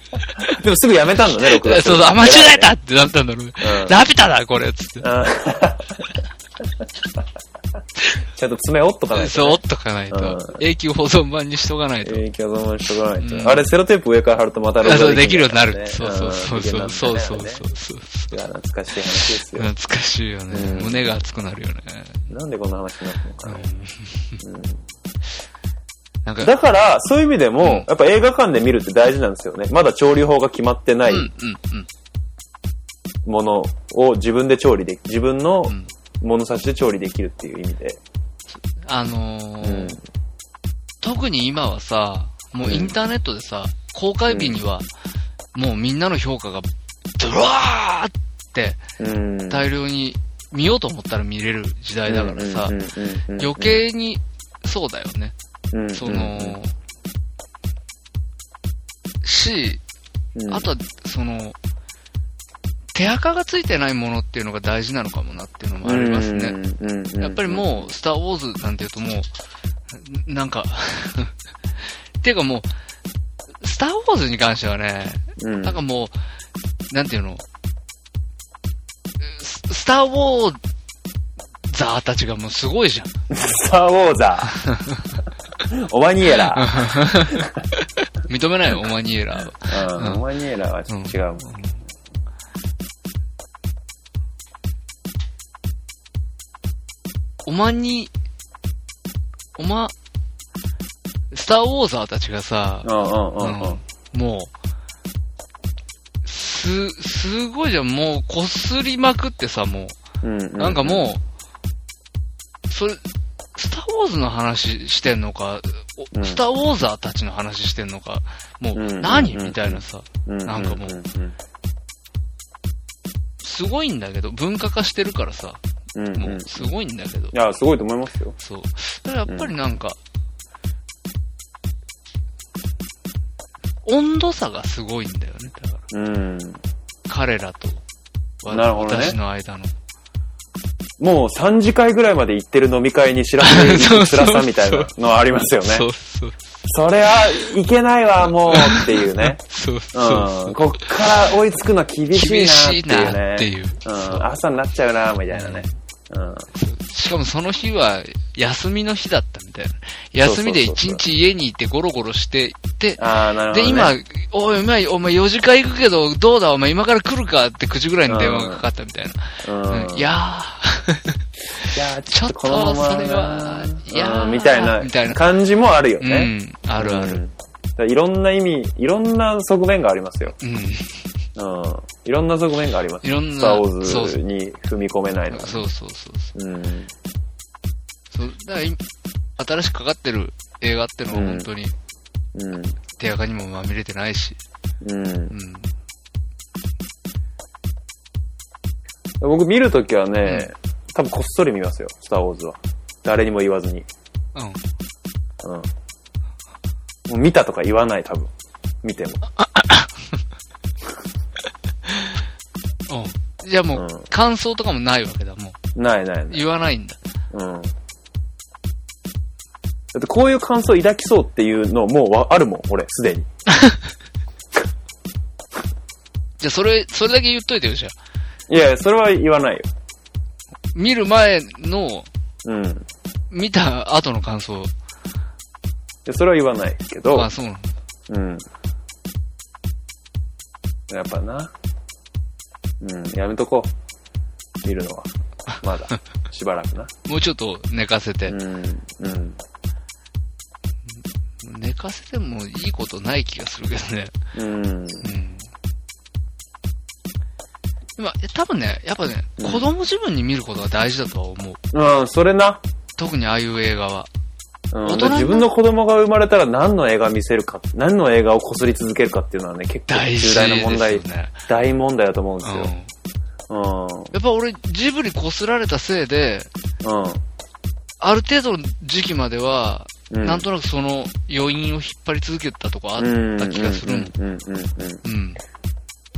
Speaker 2: でもすぐやめたんだね、録
Speaker 3: そう
Speaker 2: 画。
Speaker 3: そう、あ、間違えたってなったんだろうね。
Speaker 2: うん
Speaker 3: ラピュタだ、これっつって。
Speaker 2: あー ちゃんと爪折っとかないと。
Speaker 3: そう、折っとかないと
Speaker 2: う。
Speaker 3: 永久保存版にしとかないと。
Speaker 2: 影響のもしとかないと、
Speaker 3: うん
Speaker 2: あれセロテープ上から貼るとまた
Speaker 3: あそうで
Speaker 2: で
Speaker 3: き
Speaker 2: き
Speaker 3: る
Speaker 2: る
Speaker 3: よ
Speaker 2: よう
Speaker 3: うに
Speaker 2: に
Speaker 3: な
Speaker 2: な
Speaker 3: る。そうそうそうそう。そうそうそうそう。
Speaker 2: う懐かしい話ですよ、
Speaker 3: 懐かしいよね。
Speaker 2: うん
Speaker 3: 胸が熱くなるよね。
Speaker 2: なんでこんな話になったのかな、
Speaker 3: なんか、
Speaker 2: だからそういう意味でも、
Speaker 3: うん
Speaker 2: やっぱ映画館で見るって大事なんですよねまだ調理法が決まってな
Speaker 3: う
Speaker 2: い
Speaker 3: んうんうん。
Speaker 2: ものを自分で調理でき自分の
Speaker 3: ん
Speaker 2: 物差しで調理できるっていう意味で、
Speaker 3: あの
Speaker 2: うん
Speaker 3: ー、特に今はさ、もうインターネットでさ、公開日には、もうみんなの評価が、ドラーって
Speaker 2: うん、
Speaker 3: 大量に見ようと思ったら見れる時代だからさ、余計に、そうだよね。その、し、あとは、その、手垢がついてないものっていうのが大事なのかもなっていうのもありますね。やっぱりもう、スター・ウォーズなんていうともう、なんか、 ていうかもう、スター・ウォーズに関してはね、
Speaker 2: うん、うん、
Speaker 3: なんかもう、なんていうの、ススター・ウォーザーたちがもうすごいじゃん。
Speaker 2: スター・ウォーザ ーオマニエラ
Speaker 3: 認めないよ、オマニエラーは。
Speaker 2: ー、うん
Speaker 3: うん
Speaker 2: オマニエラーはちょっと違うもん、
Speaker 3: おまに、おま、スター・ウォーザーたちがさ、
Speaker 2: うんうんうんうん
Speaker 3: もう、す、すごいじゃん、もう、こすりまくってさ、もう、なんかもう、それ、スター・ウォーズの話してんのか、お
Speaker 2: うん
Speaker 3: スター・ウォーザーたちの話してんのか、もう
Speaker 2: うんうんうんう
Speaker 3: 何、
Speaker 2: ん
Speaker 3: みたいなさ、
Speaker 2: うん、
Speaker 3: なんかもう
Speaker 2: う
Speaker 3: すごいんだけど、文化化してるからさ、
Speaker 2: んうん
Speaker 3: も、
Speaker 2: うん。いう
Speaker 3: すごいんだけど、
Speaker 2: や、すごいと思いますよ。
Speaker 3: そう。だからやっぱりなんか、温度差がすごいんだよね。だから、
Speaker 2: うん。
Speaker 3: 彼らと、わ
Speaker 2: なるほどね
Speaker 3: 私の間の。
Speaker 2: もう3次会ぐらいまで行ってる飲み会に知ら ない辛さみたいなのはありますよね。
Speaker 3: そうそう。
Speaker 2: それは、いけないわ、もうっていうね。
Speaker 3: そうそうそう
Speaker 2: うん。こっから追いつくの厳し
Speaker 3: 厳し
Speaker 2: い
Speaker 3: いな
Speaker 2: な
Speaker 3: っ
Speaker 2: ってて
Speaker 3: い
Speaker 2: いううね。うん。朝になっちゃうな、みたいなね。うん。
Speaker 3: しかもその日は、休みの日だったみたいな。
Speaker 2: そうそうそう
Speaker 3: 休みで一日家にいてゴロゴロして、で、
Speaker 2: ああ、なるほど、
Speaker 3: で、
Speaker 2: ね。
Speaker 3: 今、おい、お前、お前4時間行くけど、どうだ、お前今から来るかって9時ぐらいに電話がかかったみたいな。
Speaker 2: う
Speaker 3: うん
Speaker 2: ん、
Speaker 3: いや
Speaker 2: いや
Speaker 3: ちょっと
Speaker 2: このまま
Speaker 3: それは
Speaker 2: うん
Speaker 3: いやー
Speaker 2: みたいな
Speaker 3: みたいな
Speaker 2: 感じもあるよ
Speaker 3: ー、
Speaker 2: ね。
Speaker 3: うん、あるあ
Speaker 2: う
Speaker 3: る。
Speaker 2: んだからいろんな意味、いろんな側面がありますよ。
Speaker 3: うん。
Speaker 2: うん。いろんな側面があります。
Speaker 3: いろんな
Speaker 2: スター・ウ
Speaker 3: そ
Speaker 2: ォー
Speaker 3: う
Speaker 2: ズに踏み込めないのは。
Speaker 3: そうそうそう。
Speaker 2: うん。
Speaker 3: そうだから今新しくかかってる映画ってのは本当に
Speaker 2: うん。
Speaker 3: 手垢にもまみれてないし、
Speaker 2: うん
Speaker 3: う。ん。
Speaker 2: 僕見るときはね、多分こっそり見ますよ、スター・ウォーズは。誰にも言わずに。
Speaker 3: うん。
Speaker 2: うん。もう見たとか言わない、多分。見ても。
Speaker 3: うん。じゃあもう
Speaker 2: うん、
Speaker 3: 感想とかもないわけだ、も。
Speaker 2: ないないうない。
Speaker 3: 言わないんだ。
Speaker 2: うん。だってこういう感想抱きそうっていうのもうわあるもん、俺、すでに。
Speaker 3: じゃあそれ、それだけ言っといてよ、じゃあ。
Speaker 2: いやいや、それは言わないよ。
Speaker 3: 見る前の、
Speaker 2: うん。い
Speaker 3: 見た後の感想
Speaker 2: やそれは言わないけど。
Speaker 3: は、そうなの。
Speaker 2: うん。やっぱな。うん、やめとこう。見るのは。まだ。しばらくな。
Speaker 3: もうちょっと寝かせて。
Speaker 2: うん、うん。
Speaker 3: 寝かせてもいいことない気がするけどね。
Speaker 2: うん。
Speaker 3: うん。今、多分ね、やっぱね、
Speaker 2: うん
Speaker 3: 子供自分に見ることが大事だとは思う。
Speaker 2: うん、それな。
Speaker 3: 特にああいう映画は。
Speaker 2: うん、
Speaker 3: 大人の
Speaker 2: 自分の子供が生まれたら何の映画見せるか、何の映画をこすり続けるかっていうのはね、結構
Speaker 3: 大
Speaker 2: 重
Speaker 3: 事
Speaker 2: 大な問題、
Speaker 3: ですよね。
Speaker 2: 大問題だと思うんで
Speaker 3: う
Speaker 2: す
Speaker 3: ん。
Speaker 2: よ。う
Speaker 3: やっぱ俺、ジブリ擦られたせいで、
Speaker 2: ん。
Speaker 3: ある程度の時期までは、
Speaker 2: うん。
Speaker 3: なんとなくその余韻を引っ張り続けてたとこあった気がするもん。
Speaker 2: うん、うん、うんうんうん
Speaker 3: うん。
Speaker 2: うん。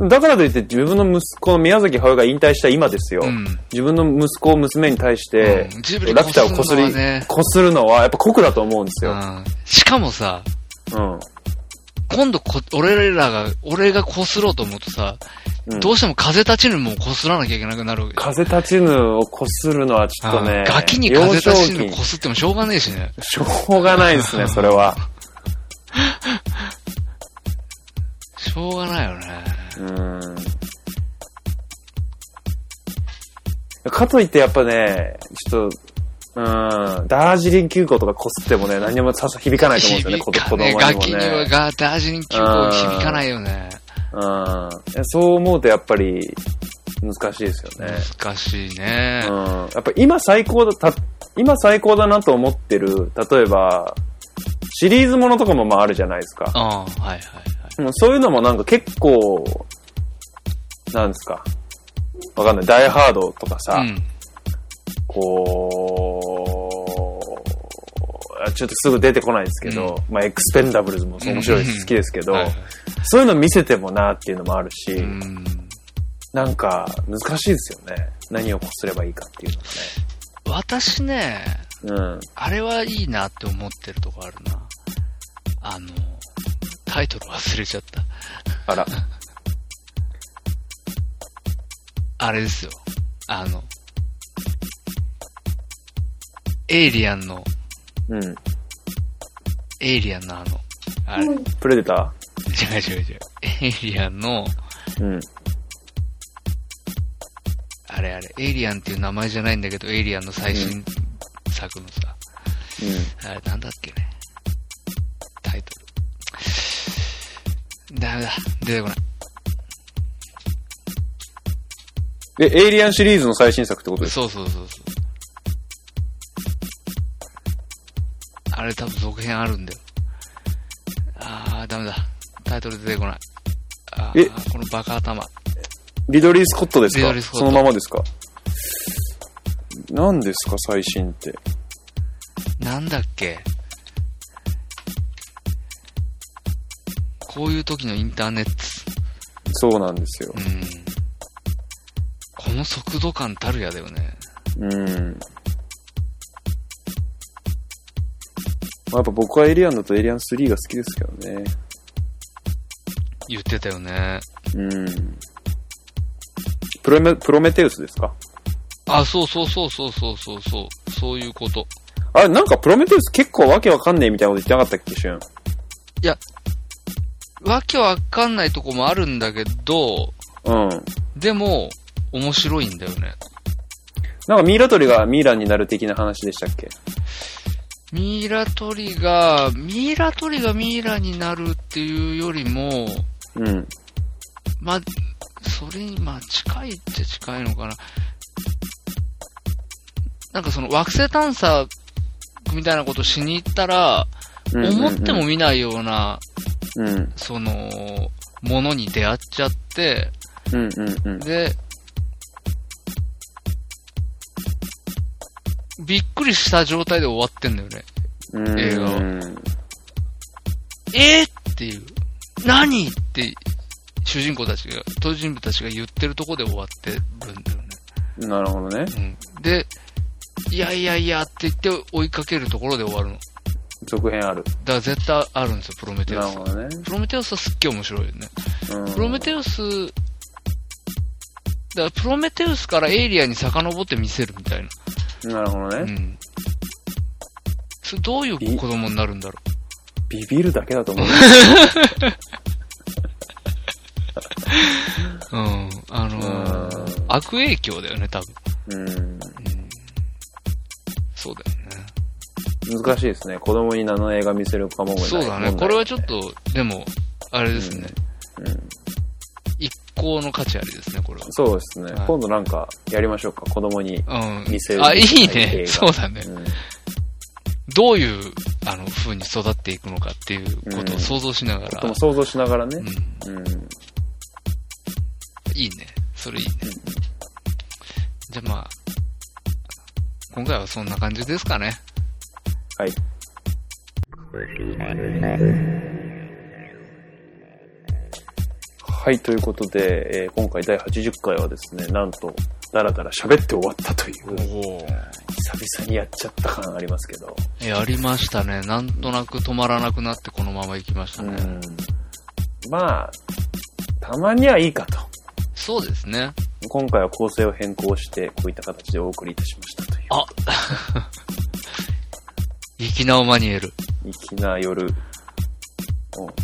Speaker 2: だからといって自分の息子の宮崎駿が引退した今ですよ。
Speaker 3: うん。
Speaker 2: 自分の息子、娘に対して、
Speaker 3: うんジブリ
Speaker 2: ラピュタをこすり
Speaker 3: 擦るのはね、
Speaker 2: こするのはやっぱ酷だと思うんです
Speaker 3: う
Speaker 2: よ。
Speaker 3: ん。しかもさ、
Speaker 2: うん。
Speaker 3: 今度こ、俺らが、俺が擦ろうと思うとさ、
Speaker 2: うん
Speaker 3: どうしても風立ちぬも擦らなきゃいけなくなるわけじゃん
Speaker 2: 風立ちぬをこするのはちょっと
Speaker 3: う
Speaker 2: ね
Speaker 3: ん、ガキに風立ちぬ
Speaker 2: 幼少期
Speaker 3: 擦ってもしょうがねえしね。
Speaker 2: しょうがないですね、それは。
Speaker 3: しょうがないよね。
Speaker 2: うん。かといってやっぱね、ちょっと、うん、ダージリン急行とかこすってもね、何もささ響かないと思うんですよね、
Speaker 3: 響
Speaker 2: 子
Speaker 3: か
Speaker 2: 供
Speaker 3: ね
Speaker 2: に
Speaker 3: え、
Speaker 2: も
Speaker 3: ガキには
Speaker 2: ね。
Speaker 3: ガダージリン急行響かないよね。
Speaker 2: うん。そう思うとやっぱり難しいですよね。
Speaker 3: 難しいね。
Speaker 2: うんやっぱ今最高だ、た今最高だなと思ってる、例えば、シリーズものとかもまああるじゃないですか。
Speaker 3: うん、はいはいはい。
Speaker 2: もうそういうのもなんか結構、なんですか。わかんない。ダイハードとかさ、
Speaker 3: うん。
Speaker 2: こう、あちょっとすぐ出てこないですけど、まあエクスペンダブルズもそう面白いし
Speaker 3: うん
Speaker 2: 好きですけど、
Speaker 3: はいはい
Speaker 2: そういうの見せてもなっていうのもあるし、
Speaker 3: うん。
Speaker 2: なんか難しいですよね。何をこすればいいかっていう
Speaker 3: 私ね、
Speaker 2: のがね。
Speaker 3: あれはいいなって思ってるとこあるな。あの、タイトル忘れちゃった。
Speaker 2: うん。あら。
Speaker 3: あれですよ。あの、エイリアンの、
Speaker 2: うん。
Speaker 3: エイリアンのあの、あれ、違う
Speaker 2: プレデタ
Speaker 3: 違う違う。エイリアンの、
Speaker 2: ーうん。
Speaker 3: あれあれ、エイリアンっていう名前じゃないんだけど、エイリアンの最新作のさ、あれなんだっけね。タイトル。ダメだ、出てこない。
Speaker 2: うん。え、エイリアンシリーズの最新作ってことです
Speaker 3: そうそうそうそう。あれ多分続編あるんだよ。あー、ダメだ。タイトル出てこない。あ
Speaker 2: え
Speaker 3: ー、このバカ頭。
Speaker 2: リドリー・スコットです
Speaker 3: リ
Speaker 2: か
Speaker 3: ドリースコッ
Speaker 2: そ
Speaker 3: ト
Speaker 2: のままですか何ですか最新って。
Speaker 3: なんだっけ。こういう時のインターネット。
Speaker 2: そうなんですよ
Speaker 3: う。ん。この速度感たるやだよね。
Speaker 2: うん。まあやっぱ僕はエイリアンだとエイリアン3が好きですけどね。
Speaker 3: 言ってたよね。
Speaker 2: うん。プロメプロメテウスですか
Speaker 3: あ、そうそうそうそうそうそうそう。そういうこと。
Speaker 2: あれ、なんかプロメテウス結構わけわかんねえみたいなこと言ってなかったっけ、シュン。
Speaker 3: いや、わけわかんないとこもあるんだけど、
Speaker 2: うん。
Speaker 3: でも、面白いんだよね。
Speaker 2: なんかミイラ取りがミイラになる的な話でしたっけ
Speaker 3: ミイラトリが、ミイラトリがミイラになるっていうよりも、
Speaker 2: うん。
Speaker 3: まあ、それに、まあ、近いっちゃ近いのかな。なんかその惑星探査みたいなことしに行ったら、
Speaker 2: うんうんうん
Speaker 3: 思っても見ないような、
Speaker 2: うん。うん
Speaker 3: その、ものに出会っちゃって、
Speaker 2: うんうん。
Speaker 3: で、びっくりした状態で終わってんだよね。
Speaker 2: うん
Speaker 3: 映画はえー、っていう。何って、主人公たちが、登場人物たちが言ってるとこで終わってるんだよね。
Speaker 2: なるほどね。
Speaker 3: うん。で、いやいやいやって言って追いかけるところで終わるの。だか
Speaker 2: 続編ある。
Speaker 3: ら絶対あるんですよ、プロメテウ
Speaker 2: なる
Speaker 3: ス
Speaker 2: ほ
Speaker 3: は。
Speaker 2: どね。
Speaker 3: プロメテウスはすっげえ面白いよね。
Speaker 2: うん
Speaker 3: プロメテウス、だからプロメテウスからエイリアンに遡って見せるみたいな。
Speaker 2: なるほど
Speaker 3: う
Speaker 2: ね。
Speaker 3: ん。それどういう子供になるんだろう。
Speaker 2: ビビるだけだと思う。
Speaker 3: うん。あのー
Speaker 2: うん
Speaker 3: 悪影響だよね、多分。
Speaker 2: うん。
Speaker 3: うん。そうだよね。
Speaker 2: 難しいですね。子供に何の映画見せるかもも
Speaker 3: そうだね。これはちょっと、でも、あれですね。
Speaker 2: うん
Speaker 3: 一向の価値ありですね、これは。
Speaker 2: そうですね
Speaker 3: はい。
Speaker 2: 今度なんかやりましょうか。子供に。
Speaker 3: うん。
Speaker 2: 見せる
Speaker 3: あ、いい
Speaker 2: 映
Speaker 3: ね。
Speaker 2: 画
Speaker 3: そうだね。
Speaker 2: うん
Speaker 3: どういう、あの、風に育っていくのかっていうことを想像しながら。
Speaker 2: でも想像しながらね
Speaker 3: うん。。
Speaker 2: うん。
Speaker 3: いいね。それいいね。じゃあまあ、今回はそんな感じですかね。
Speaker 2: はい。はい、ということで、えー今回第80回はですね、なんと、だらだら喋って終わったという、久
Speaker 3: お
Speaker 2: 々にやっちゃった感ありますけど。
Speaker 3: やりましたね。なんとなく止まらなくなってこのまま行きました
Speaker 2: う
Speaker 3: ね。
Speaker 2: ん。まあ、たまにはいいかと。
Speaker 3: そうですね。
Speaker 2: 今回は構成を変更して、こういった形でお送りいたしましたという。
Speaker 3: あ粋なオマニエル。
Speaker 2: 粋な夜、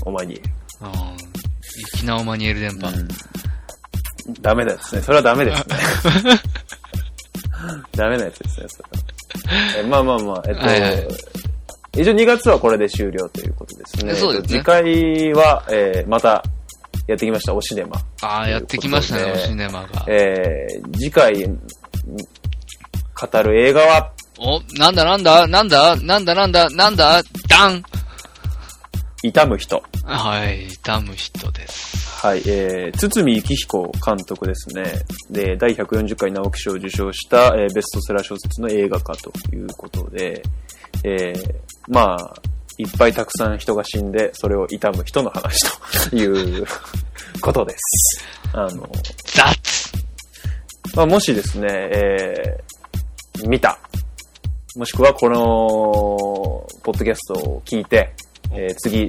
Speaker 2: おお前に。
Speaker 3: うん。粋なオマニエル電波。
Speaker 2: うんダメですね。それはダメですね。 ダメなやつですね、それは。えまあまあまあ、えっと、
Speaker 3: はいはい
Speaker 2: 一応2月はこれで終了ということですね。
Speaker 3: そうですね
Speaker 2: 次回は、えーまたやってきました、おシネマ。
Speaker 3: ああ、やってきました
Speaker 2: というこ
Speaker 3: ね、お
Speaker 2: とで
Speaker 3: シネマが。
Speaker 2: えー次回、ん語る映画は、
Speaker 3: お、なんだなんだなんだなんだなんだなんだダン
Speaker 2: 痛む人。
Speaker 3: はい、痛む人です。
Speaker 2: はい、えー、堤幸彦監督ですね。で、第140回直木賞を受賞した、えーベストセラー小説の映画化ということで、えー、まあ、いっぱいたくさん人が死んで、それを悼む人の話という ことです。あの、
Speaker 3: 雑
Speaker 2: まあ、もしですね、えー、見た。もしくはこの、ポッドキャストを聞いて、えー次、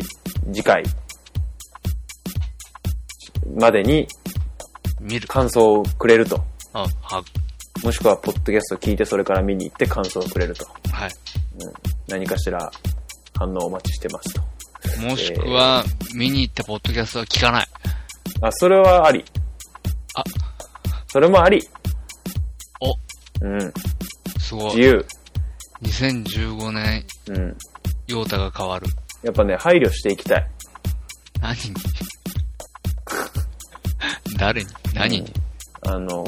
Speaker 2: 次回、までに
Speaker 3: 見る。
Speaker 2: 感想をくれると。
Speaker 3: あ、は、
Speaker 2: もしくは、ポッドキャストを聞いて、それから見に行って感想をくれると。
Speaker 3: はい。
Speaker 2: 何かしら反応をお待ちしてますと。
Speaker 3: もしくは、見に行ってポッドキャストは聞かない。
Speaker 2: あ、それはあり。
Speaker 3: あ、
Speaker 2: それもあり。
Speaker 3: お、
Speaker 2: うん。
Speaker 3: すご
Speaker 2: 自
Speaker 3: い。
Speaker 2: 由。
Speaker 3: 2015年、
Speaker 2: うん。
Speaker 3: ヨータが変わる。
Speaker 2: やっぱね、配慮していきたい。
Speaker 3: 何に誰に何に
Speaker 2: あの、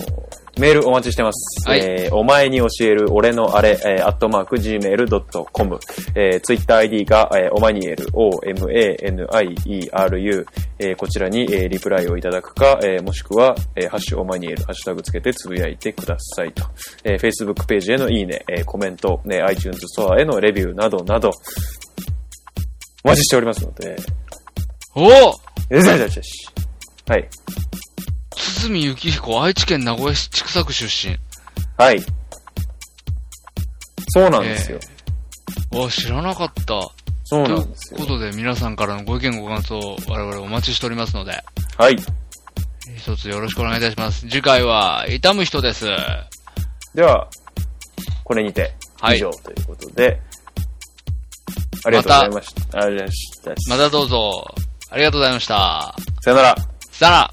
Speaker 2: メールお待ちしてます。
Speaker 3: はい
Speaker 2: えーお前に教える俺のあれ、えー、アットマーク gmail.com。えー、ツイッター ID が、えー、おまにえる、o-m-a-n-i-e-r-u。えー、こちらに、えーリプライをいただくか、えーもしくは、えーハッシュおまにえる、ハッシュタグつけてつぶやいてくださいと。えー Facebook ページへのいいね、えーコメント、ね、iTunes ストアへのレビューなどなど、お待ちしておりますので、
Speaker 3: お
Speaker 2: よしよしよしよし。はい。
Speaker 3: 堤幸彦、愛知県名古屋市千種区出身。
Speaker 2: はい。そうなんですよ。
Speaker 3: わ、知らなかった。
Speaker 2: そう
Speaker 3: とい
Speaker 2: なんです
Speaker 3: うこ
Speaker 2: よ。
Speaker 3: とで、皆さんからのご意見ご感想を我々お待ちしておりますので、
Speaker 2: はい。
Speaker 3: 一つよろしくお願いいたします。次回は、痛む人です。
Speaker 2: では、これにて、
Speaker 3: はい
Speaker 2: 以上ということで、ありがとうございました。ありがとうございました。
Speaker 3: またどうぞ。
Speaker 2: ありがとうございました。
Speaker 3: さよなら。
Speaker 2: さよなら